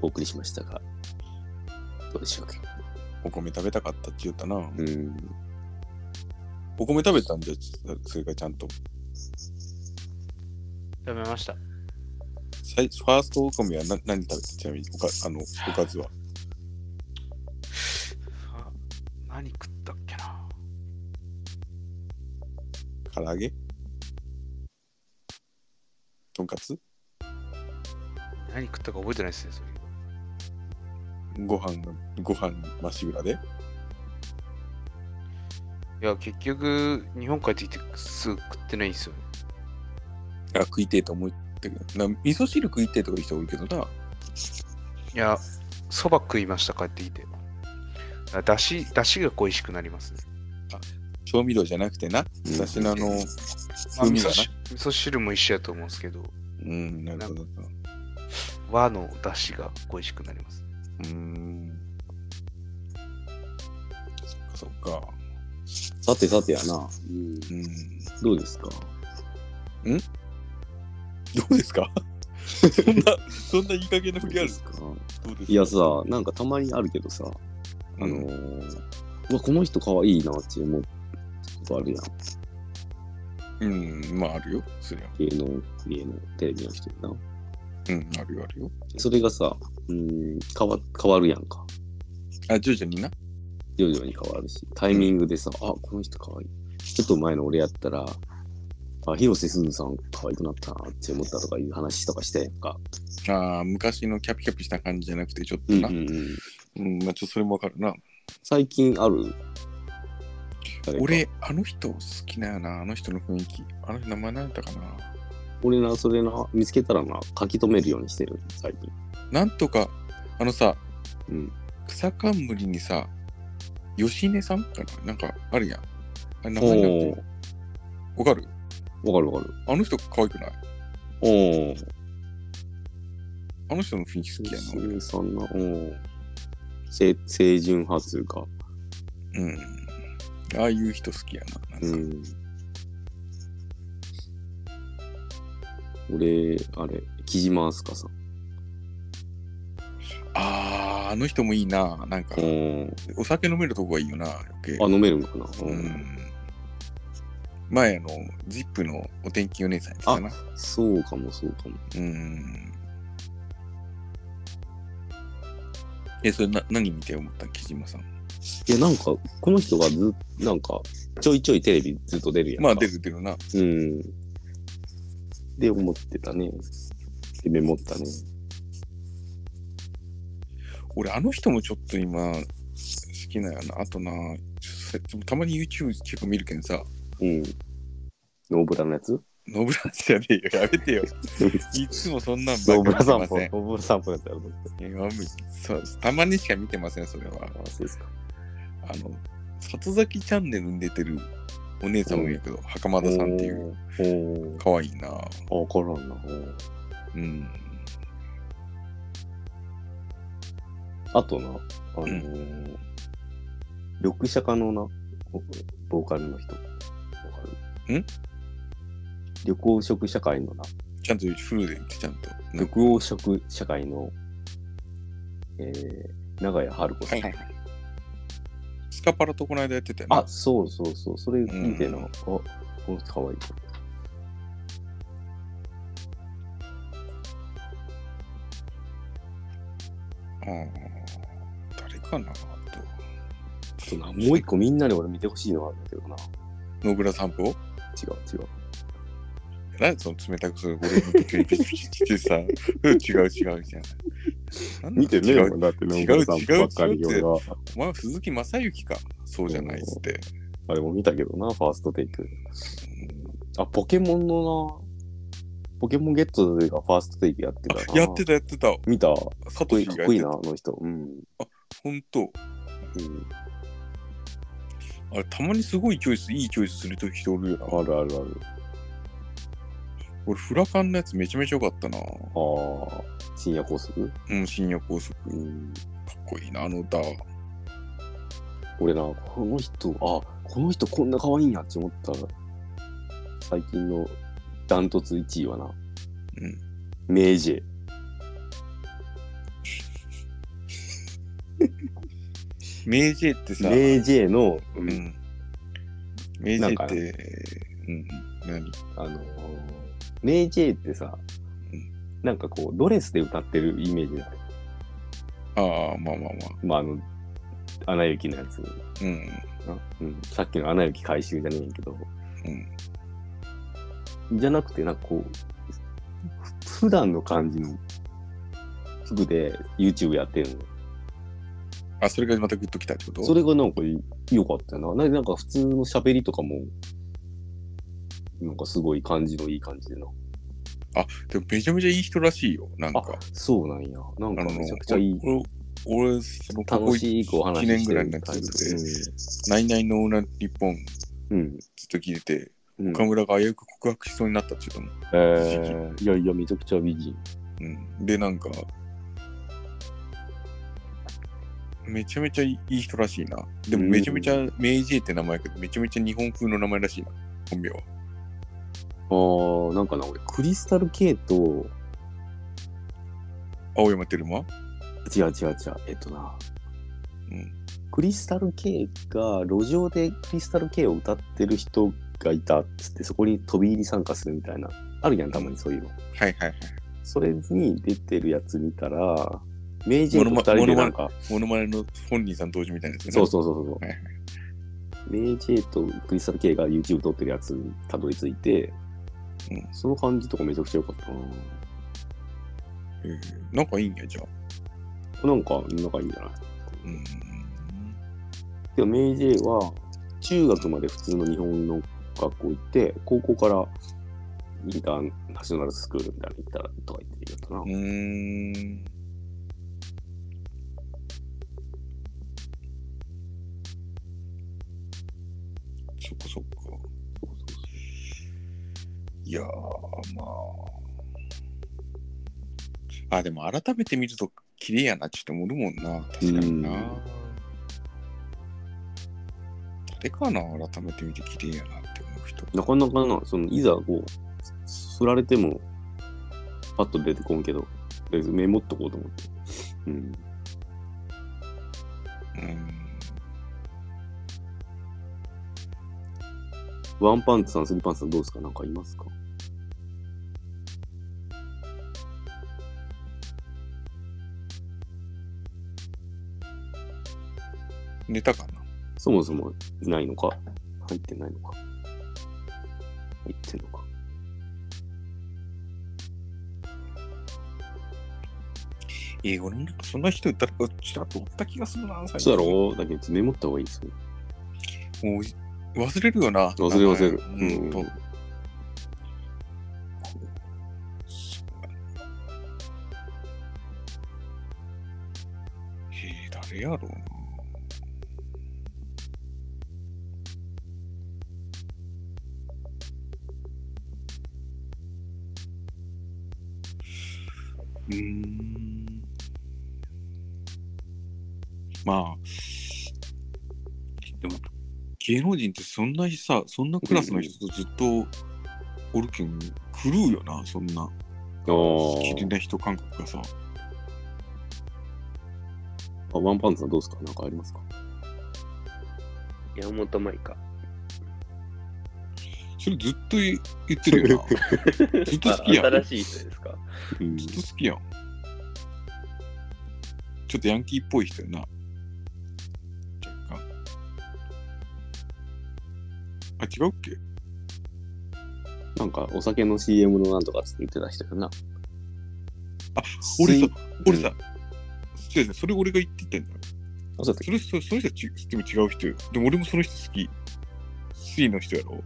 A: お送りしましたが、どうでしょうか。
B: お米食べたかったって言ったな。
A: うん、
B: お米食べたんじゃ、それがちゃんと。
C: 食べました。
B: 最ファーストお米はな何食べたちなみにおかあのおかずは
C: あ何食ったっけな
B: 唐揚げとんかつ
C: 何食ったか覚えてないですね、それ。
B: ご飯がご飯まっしぐらで
C: いや、結局、日本帰ってきてすぐ食ってないんですよ。
B: あ食いてえと思ってるな味噌汁食いてえとかいう人多いけどない
C: や、そば食いました、帰ってきて。あだし、だしが恋しくなりますね。
B: 調味料じゃなくてな
A: うん
B: 私のあの
C: まあ、
B: 風
C: 味
B: 味が
C: 噌
B: な
C: 汁味噌汁も一緒やと思うんですけど、
B: うんなるほどな
C: 和のだしが恋しくなります。
B: うーんそっか。
A: さてさてやな。うん、
B: うん。
A: どうですか
B: どう ですかそんな、そんないい加減な振りある
A: か
B: どうですか
A: いや、さ、なんかたまにあるけどさ、あの
B: うん
A: ーうわ、この人かわいいなって思うことあるやん。
B: うん、まああるよ。そりゃ。
A: 芸能、芸能、テレビの人にな。
B: うん、あるよあるよ。
A: それがさ、うん、変わ変わるやんか。
B: あ、徐々にな。
A: 徐々に変わるし、タイミングでさ、あ、この人かわいい。ちょっと前の俺やったら、あ、広瀬すずさん可愛くなったなって思ったとかいう話とかしてやんか。
B: ああ、昔のキャピキャピした感じじゃなくて、ちょっとな。うん、
A: ん。
B: まあちょっとそれもわかるな。
A: 最近ある誰か
B: 俺、あの人好きなよな、あの人の雰囲気。あの人名前何だったかな。
A: 俺な、それな、見つけたらな、書き留めるようにしてる、最近。
B: なんとか、あのさ、
A: うん。
B: 草冠にさ、吉根さんかななんかあるやん。あれ名前なんてわかる
A: おーわかるわかる。
B: あの人可愛くない
A: おお。
B: あの人の雰囲気好きやな。俺
A: 鈴さんな、おお。清清純派というか。
B: うん。ああいう人好きやな。なんか
A: うん。俺、あれ、木島明日香さん。
B: ああ、あの人もいいな。なんか、
A: お
B: お酒飲めるとこがいいよな、余計
A: お。あ、飲めるんかな。
B: う
A: うん
B: ん。前、あの、ジップのお天気お姉さんやってたな。
A: そうかも、そうかも。
B: うん。え、それな、何見て思った木島さん。
A: いや、なんか、この人がず、なんか、ちょいちょいテレビずっと出るやんか。
B: まあ、出る出るな。
A: うん。で、思ってたね。で、メモったね。
B: 俺、あの人もちょっと今、好きなんやな。あとな、ちょっとたまに YouTube 結構見るけんさ、
A: うん。ノーブラのやつ
B: ノブラじゃねえよ。 やめてよ。いつもそんなんば
A: ノー
B: っ
A: ブ
B: か
A: ラ散
B: り
A: 歩。
B: 見て
A: ノ
B: ません。
A: ーブラ散歩のやつやるの
B: いやそうたまにしか見てません、それは。
A: あ、そうですか。
B: あの、里崎チャンネルに出てるお姉さんもいるけど、袴田さんっていう、
A: おー。
B: かわいいな。
A: おーあ、わからんな。おー
B: うん。
A: あとな、あのー、緑茶家のな、ボボーカルの人。わかる
B: ん
A: 緑黄色社会のな、
B: ちゃんとフルで言って、ちゃんと。
A: 緑黄色社会の、えー、長屋春子さん。
B: はいスカパラとこの間やってたよな
A: あ、そうそうそう、それ見てな、あ、この人かわいい。
B: うん誰かなあと。
A: あとな、もう一個みんなで俺見てほしいのがあるんだけどな。
B: 野村散歩
A: 違う違う。
B: 何その冷たくする俺のピクピクしてさ、うん違う違うじゃん。なんだ違う。
A: だって
B: 違う違う
A: ばっかり
B: 違う
A: 俺は。
B: お前は鈴木正幸か。そうじゃないっつって。
A: あれも見たけどな、ファーストテイク。あ、ポケモンのな、ポケモンゲットがファーストテイクやってた
B: あ
A: な。
B: やってたやってた。
A: 見た。か
B: サ
A: っ
B: ト
A: こい
B: シ
A: いか
B: が
A: っ
B: やっ
A: こい
B: て
A: いな、
B: た
A: あ。の人。うん。
B: ほんと。
A: うん、
B: あれ、たまにすごいチョイス、いいチョイスするとき人おるよな。
A: あるあるある。
B: 俺、フラカンのやつめちゃめちゃ良かったな。
A: ああ、深夜高速
B: うん、深夜高速。か
A: うん。
B: っこいいな、あの歌。
A: 俺な、この人、あ、この人こんな可愛いんやって思ったら、最近のダントツ1位はな、
B: うん。
A: 明治。
B: 明治ってさ、
A: 明治の、
B: う
A: うん
B: ん。明
A: なん
B: 治
A: か
B: って、うん、何
A: あのー、明治ってさ
B: う、
A: なんかこう、ドレスで歌ってるイメージだね。
B: ああ、まあまあまあ。
A: まあ、あの、アナ雪のやつ。
B: うん。
A: うん、さっきのアナ雪回収じゃねえけど、
B: うん。
A: じゃなくて、なんかこう、ふ普段の感じの服で YouTube やってるの。
B: あ、それがまたグッときたってこと
A: それがなんかい良かったよな。ななんか普通の喋りとかも、なんかすごい感じのいい感じでな。
B: でもめちゃめちゃいい人らしいよ。なん
A: あ
B: か、、
A: そうなんや。なん
B: あ
A: か
B: の、
A: めちゃくちゃいい。
B: 俺、俺その、
A: 楽しいお話
B: 1
A: し
B: 年
A: し
B: ぐ
A: て
B: らい
A: る
B: になって
A: 感じ
B: て、ナイナイのオーナー日本ず
A: うん。
B: っと聞いてて、
A: うん。うん
B: 岡村が危うく告白しそうになったって言うと思う。
A: えー、いやいや、めちゃくちゃ美人。
B: うん、でなんかめちゃめちゃいい人らしいな。でもめちゃめちゃ、明治って名前やけど、めちゃめちゃ日本風の名前らしいな。本名は。
A: あー、なんかな、俺、クリスタル系と、
B: 青山テルマ
A: 違う違う違う、えっとな、
B: うん。
A: クリスタル K が路上でクリスタル K を歌ってる人がいたっつってそこに飛び入り参加するみたいなあるやんたまにそういうの
B: はいはいはい。
A: それに出てるやつ見たら名人と二人でなんか
B: モノマネの本人さん同時みたいなやつね。
A: そうそうそうそう
B: はいはい。
A: 名人とクリスタル K が YouTube 撮ってるやつにたどり着いて、
B: うん
A: その感じとかめちゃくちゃ良かったな
B: へえなんかいいんや、じゃあ。
A: なんか仲いいんじゃない
B: うん。
A: でも名人は中学まで普通の日本の学校行って高校からインターナショナルスクールみたいなの行ったらとか言ってるやつな、
B: うーん。そっかそっか。いやー、まあ。あ、でも改めて見ると綺麗やな、ちょっと盛るもんな。確かにな。
A: うん
B: あれかな、改めて見て綺麗やなって思う人。
A: なかなかな、そのいざこう、振られても、パッと出てこんけど、とりあえずメモっとこうと思って。うん。
B: うん。
A: ワンパンツさん、スリーパンツさんどうですかなんかいますか
B: 寝たかな。
A: そもそもいないのか入ってないのか入ってんのか
B: えー、俺もなんかそんな人いたら、ちらっとおった気がするな、最
A: そうだろうだけど、メモった方がいいですよ。
B: もう忘れるよな。
A: 忘れ忘れる。
B: 名前うんと
A: うん
B: えー誰やろうな。うーん。まあ、でも芸能人ってそんなさ、そんなクラスの人とずっとおるけん、狂うよな、そんな。綺麗な人感覚がさ。
A: あワンパンツさんどうですかなんかありますか
C: 山本舞香。
B: それずっと言ってるよな。ずっと好きやん。ずっ
C: 新しい人ですか
A: うん。
B: と好きやん。ちょっとヤンキーっぽい人やな。若干。あ、違うっけ
A: なんか、お酒の CM のなんとかっつって言ってた人やな。
B: あ、俺さ
A: スイ、
B: 俺さ、違う違う、それ俺が言ってたんだよ。
A: あ、そうだっ
B: それ、そその人はちでも違う人よ。でも俺もその人好き。C の人やろ
A: け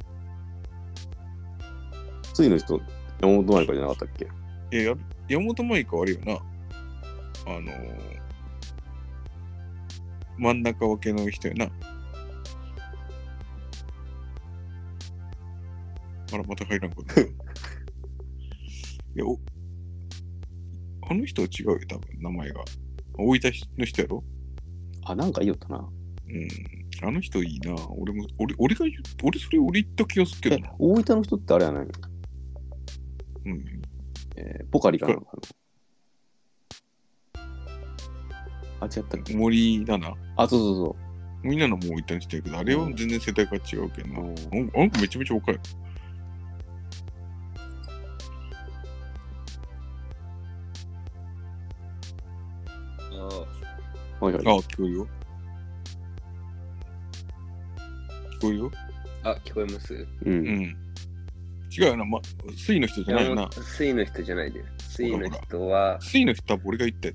A: ついの人、山本舞香じゃなかったっけ
B: えやる山本舞香あれよな。あのー、真ん中分けの人やな。あら、また 入らんこと。いや、お、あの人は違うよ、多分、名前が。大分の人やろ
A: あ、なんかいいよったな。
B: うん。あの人いいな。俺も、俺、俺が言う、俺、それ俺言った気がするけど
A: え
B: な。、
A: 大分の人ってあれやないの
B: うん。
A: えーポカリかなんかの。あ、違ったっけ
B: 森だな。
A: あ、そうそうそ
B: みんなのもういたにしてるけど、あれは全然世代が違うけどな。
A: うん
B: ああの子めちゃめちゃ若い。
A: う。はいはい。
B: ああ、聞こえるよ。聞こえるよ。
C: あ、聞こえます
A: う。
B: うんん。違うよな、ま、水の人じゃないよ
C: 山
B: な
C: 本。水の人じゃないです。水
B: ほら
C: の
B: ほら
C: 人は、
B: 水の人多分俺が言ったや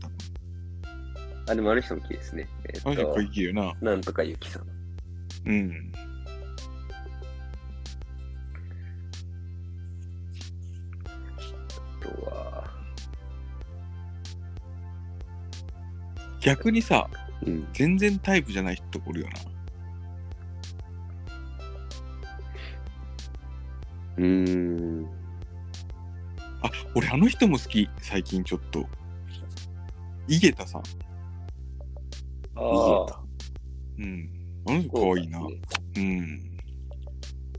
B: つ。
C: あ、でもあの人も綺麗ですね。えっ
B: あの人
C: と
B: か、いいよな。
C: なんとかゆきさん。
B: うん。
C: あとは、
B: 逆にさ、
A: うん。
B: 全然タイプじゃない人おるよな。
A: うーん。
B: あ、俺あの人も好き、最近ちょっと。井桁さん。
A: 逃
D: あ
A: げた。
B: うん。あの
D: あ、
B: 人可愛いな。
D: そうですね
B: うん。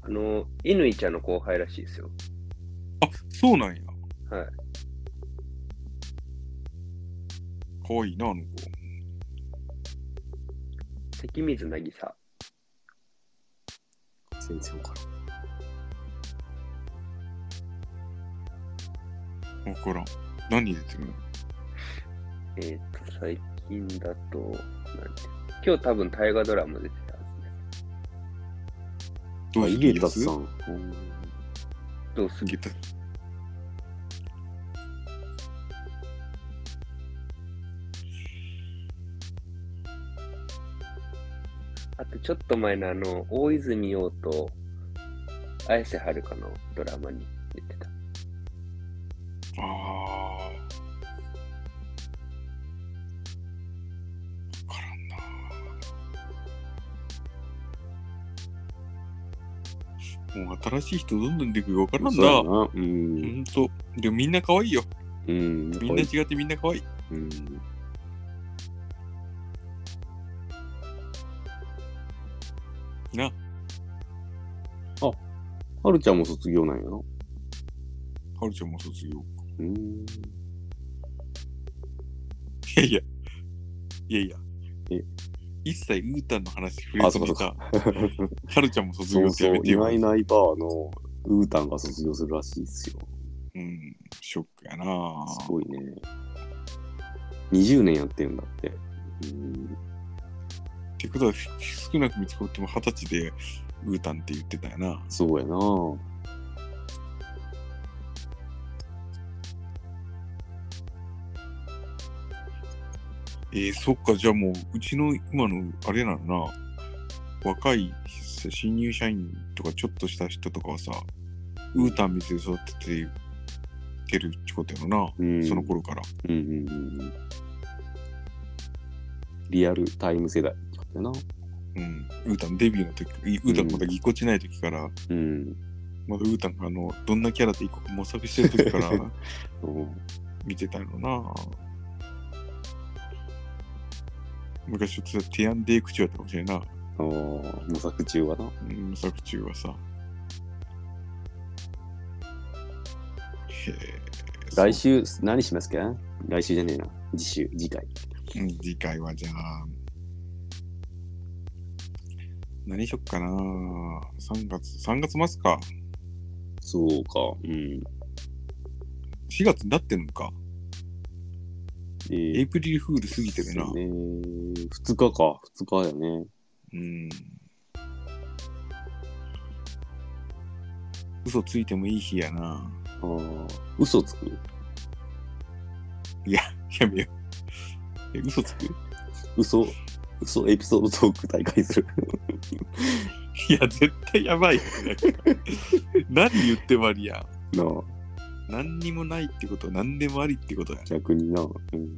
D: あの、乾ちゃんの後輩らしいですよ。
B: あ、そうなんや。
D: はい。
B: 可愛いな、あの子。
D: 関水渚。
A: 全然わか
B: わからん。何出てるの
D: えっ、と、最近だと、なんて今日多分大河ドラマ出てたはずです。
B: ど
A: らん。あ、
B: う
A: 家達さ
B: ん。
A: ん。うん
D: どうす
B: ゲ
D: る
B: タ
D: あとちょっと前のあの、大泉洋と綾瀬はるかのドラマに出てた。
B: あー。わからんな。もう新しい人どんどん出てくるかわからん
A: そうやな。う
B: な。ほ
A: ん。
B: んと。でもみんな可愛いよ。
A: うん。
B: みんな違ってみんな可愛い。
A: うん。
B: な。
A: あ、はるちゃんも卒業なんやな。
B: はるちゃんも卒業。
A: うん。
B: いやいや。いやいや。
A: え
B: 一切ウータンの話触れずに
A: あ
B: さ、はるちゃんも卒
A: そ
B: 業
A: う
B: ってや
A: そう
B: め、て
A: い
B: よ。
A: ないいないバーのウータンが卒業するらしいですよ。
B: うん、ショックやな
A: すごいね。20年やってるんだって。うん。
B: ってことは、少なく見つかっても二十歳でウータンって言ってたよな。
A: そうやな。
B: えー、そっか、じゃあもう、うちの今のあれなのな。若い新入社員とかちょっとした人とかはさ、ウータン見せて育ってててるってことやろな、
A: うん。
B: その頃から。
A: うんうんうんうん。リアルタイム世代ってことやな。
B: うん、ウータンデビューの時、いウータンまだぎこちない時から、
A: うん。
B: まだウータンがあの、どんなキャラでいこうか模索してる時から 見てたのな。昔ちょっとティアンデイ口調やったかもしれんな。
A: あー模索中はな。
B: うん模索中はさ。へえ。
A: 来週何しますか来週じゃねえな。次週、次回。
B: そう。うん次回はじゃあ。何しよっかな3月、3月末か。
A: そうか。うん。
B: 4月になってんのか。
A: え
B: エイ
A: ー
B: プリルフール過ぎてるな。
A: そうね、2日か、2日やね。
B: うん。嘘ついてもいい日やな。
A: ああ、嘘つく
B: やめよう。え、嘘つく
A: 嘘、嘘エピソードトーク大会する。
B: いや、絶対やばいよ。なんか何言ってもありやん。
A: なあ、
B: 何にもないってことは何でもありってことや。
A: 逆にな。うん。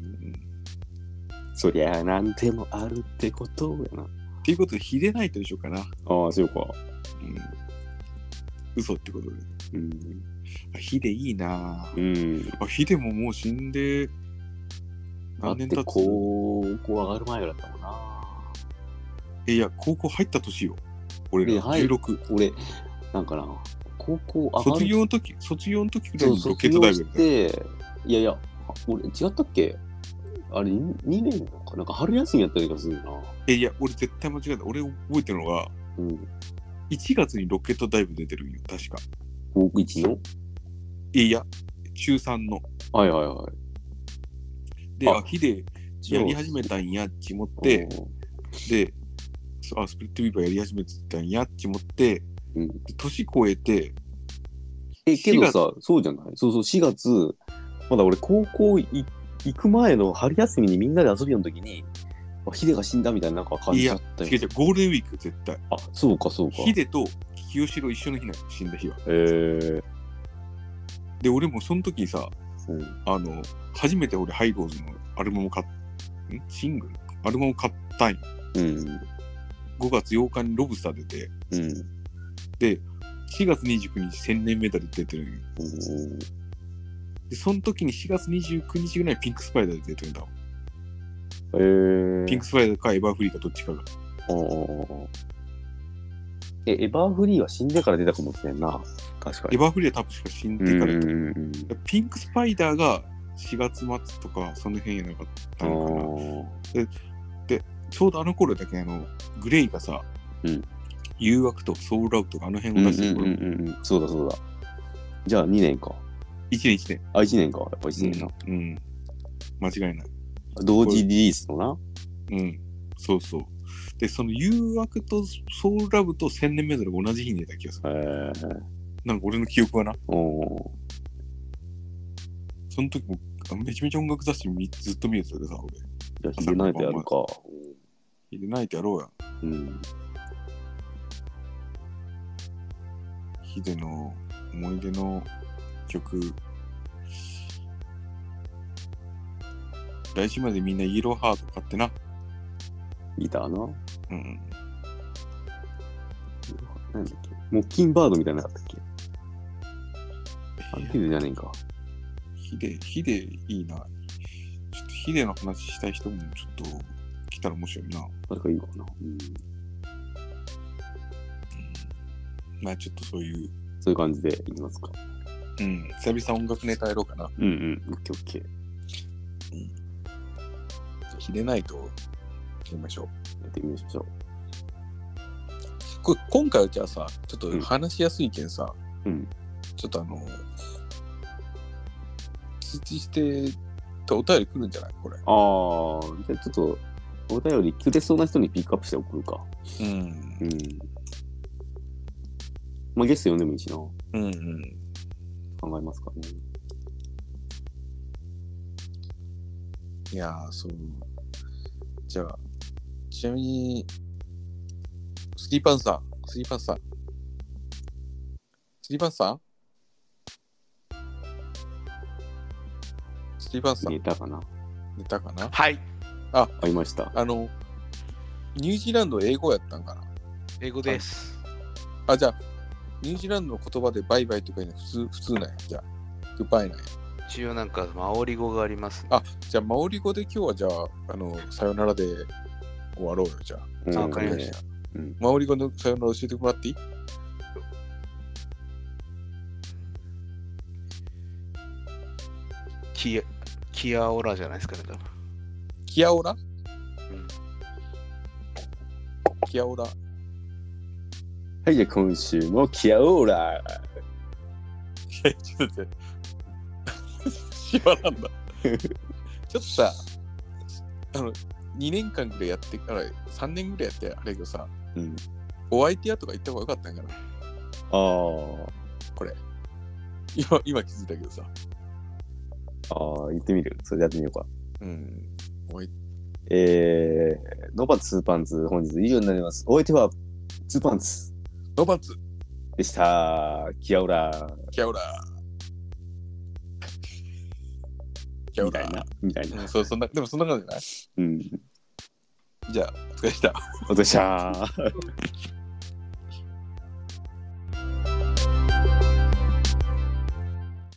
A: そりゃあ、なんでもあるってことやな。
B: っていうことで、ひでないとでしょうかな。
A: ああ、そうか。
B: うん。嘘ってことで。
A: うん。
B: あ、ひでいいなぁ
A: うん。
B: あ、ひでももう死んで、
A: だっ
B: 何年経
A: て、
B: つ
A: 高校上がる前からだったもんな。
B: えいや、高校入った年よ。俺
A: ね
B: ら、
A: はい
B: 16。
A: 俺、なんかな、高校上がる
B: 卒業の時、卒業の時く
A: そ
B: らい
A: う
B: にロ
A: 卒
B: ケットダ
A: 業
B: イブ
A: し
B: やったよ
A: て、いやいや、あ俺、違ったっけあれ、2年か、なんか春休みやったりがするな。
B: えいや、俺絶対間違えた。俺覚えてるのが、
A: うん。
B: 1月にロケットダイブ出てるんよ、確か。
A: 高校1の
B: いや、中3の。
A: はいはいは
B: で、
A: あ
B: あ、ヒデやり始めたんやっち思っ
A: い。
B: て、、で、そあ、スプリットビーバーやり始めてたんやっち思って、
A: うん
B: で年越えて、
A: え、けど
B: 4
A: さ、そうじゃないそうそう、4月、まだ俺、高校い行く前の春休みにみんなで遊びの時に、あヒデが死んだみたいななんか感じだったよ
B: 違う違う、ゴールデンウィーク絶対。
A: あ、そうかそうか。
B: ヒデと清志郎一緒の日なの、死んだ日は。
A: えー、
B: で、俺もその時さ、
A: うん。
B: あの、初めて俺、ハイローズのアルバムを買っ、んシングルアルバムを買ったんよ。
A: うん。
B: 5月8日にロブスター出て、
A: うん。
B: で、4月29日、千年メダル出てるんよ。
A: うん
B: で、その時に4月29日ぐらいにピンクスパイダーで出てるんだわ。
E: えー、
B: ピンクスライドかエバーフリーかどっちかが。
A: おうおうおうおうえ、エバーフリーは死んでから出たかもしれんな。確か
B: エ
A: に。
B: バーフリーは多分死ん
A: うん
B: で
A: う
B: か
A: ん
B: らと。
A: うん
B: ピンクスパイダーが4月末とか、その辺やなかったのかな。
A: お
B: ちょうどあの頃だけあの、グレイがさ、
A: うん
B: 誘惑とかソウルアウトとかあの
A: ーう
B: 辺
A: ん
B: を
A: う
B: 出してる
A: ん
B: 頃、
A: うんうんうん。そうだそうだ。じゃあ2年か。
B: 1年1
A: あ、1年か。やっぱ1年
B: 年
A: な。。
B: うん。うん間違いない。
A: 同時リリースのな。
B: うん。そうそう。で、その誘惑とソウルラブと千年メドレーが同じ日に出た気がする。
A: えー、
B: なんか俺の記憶はな、
A: おー
B: その時もあめちゃめちゃ音楽雑誌みずっと見れてたでさ、俺。
A: じゃあ、ひげないとやるか。
B: 入れないとやろうや。
A: うん。
B: ヒデの思い出の曲来週までみんなイエローハート買ってな。
A: ギターな。
B: うん。
A: なんだっけモッキンバードみたいなのなかったっけあれヒデじゃねえか。
B: ヒデ、ヒデいいな。ちょっとヒデの話したい人もちょっと来たら面白いな。
A: あれがいいのかな。うん。
B: まあちょっとそういう、
A: そういう感じでいきますか。
B: うん、久々音楽ネタやろうかな。
A: うんうん。オッケーオッケー。
B: ヒデナイトをやりましょう。
A: やってみましょう。
B: これ今回はじゃあさ、ちょっ
A: うん
B: と話しやすいけんさ、
A: うん
B: ちょっとあの、土してとお便り来るんじゃないこれ。
A: ああ、じゃあちょっと、お便りくれそうな人にピックアップして送るか。
B: うん
A: うん。まあ、ゲスト呼んでもいいしな。
B: うんうん。
A: 考えますかね。
B: いやー、そう。じゃあ、ちなみに、スリーパンさん、スリーパンさん。スリーパンさんスリーパンさん、
A: ネタかな。
B: 寝たかな
C: はい。
A: ありました。
B: あの、ニュージーランド英語やったんかな
C: 英語です。
B: あ、じゃあ、ニュージーランドの言葉でバイバイとかいうのは普通、普通なんや。じゃあ、グッバイなんや。
C: 一応なんか、マオリ語がありますね。
B: あ、じゃあ、マオリ語で今日はじゃあ、あの、さよならで終わろうよ、じゃあ。。
A: うん
C: わかりました
A: うん
B: マオリ語のさよなら教えてもらっていい
C: キア、キアオラじゃないですかね、多分。
B: キアオラ、
C: ん
B: キアオラ。
A: はい、じゃあ今週もキャオーラ
B: え、ちょっと待って。縛らんだ。ちょっとさ、あの、2年間ぐらいやってから、3年ぐらいやって、あれやけどさ、
A: うん。
B: お相手やとか言った方がよかったんかな。
A: あー
B: 今、今気づいたけどさ。
A: あー、行ってみる。それでやってみようか。
B: うん。おい
A: えー、ノバツーパンツ、本日以上になります。お相手は、ツーパンツ
B: ロバーツ、
A: でした。キャオーラ
B: キャオラー。キャオ
A: みた
B: ラ
A: い
B: ー
A: な。。みたいな
B: う。ん、そうそんなでもそんな感じじゃな
A: うん。
B: いじゃあ、お疲れ様でした。
A: お疲れっした。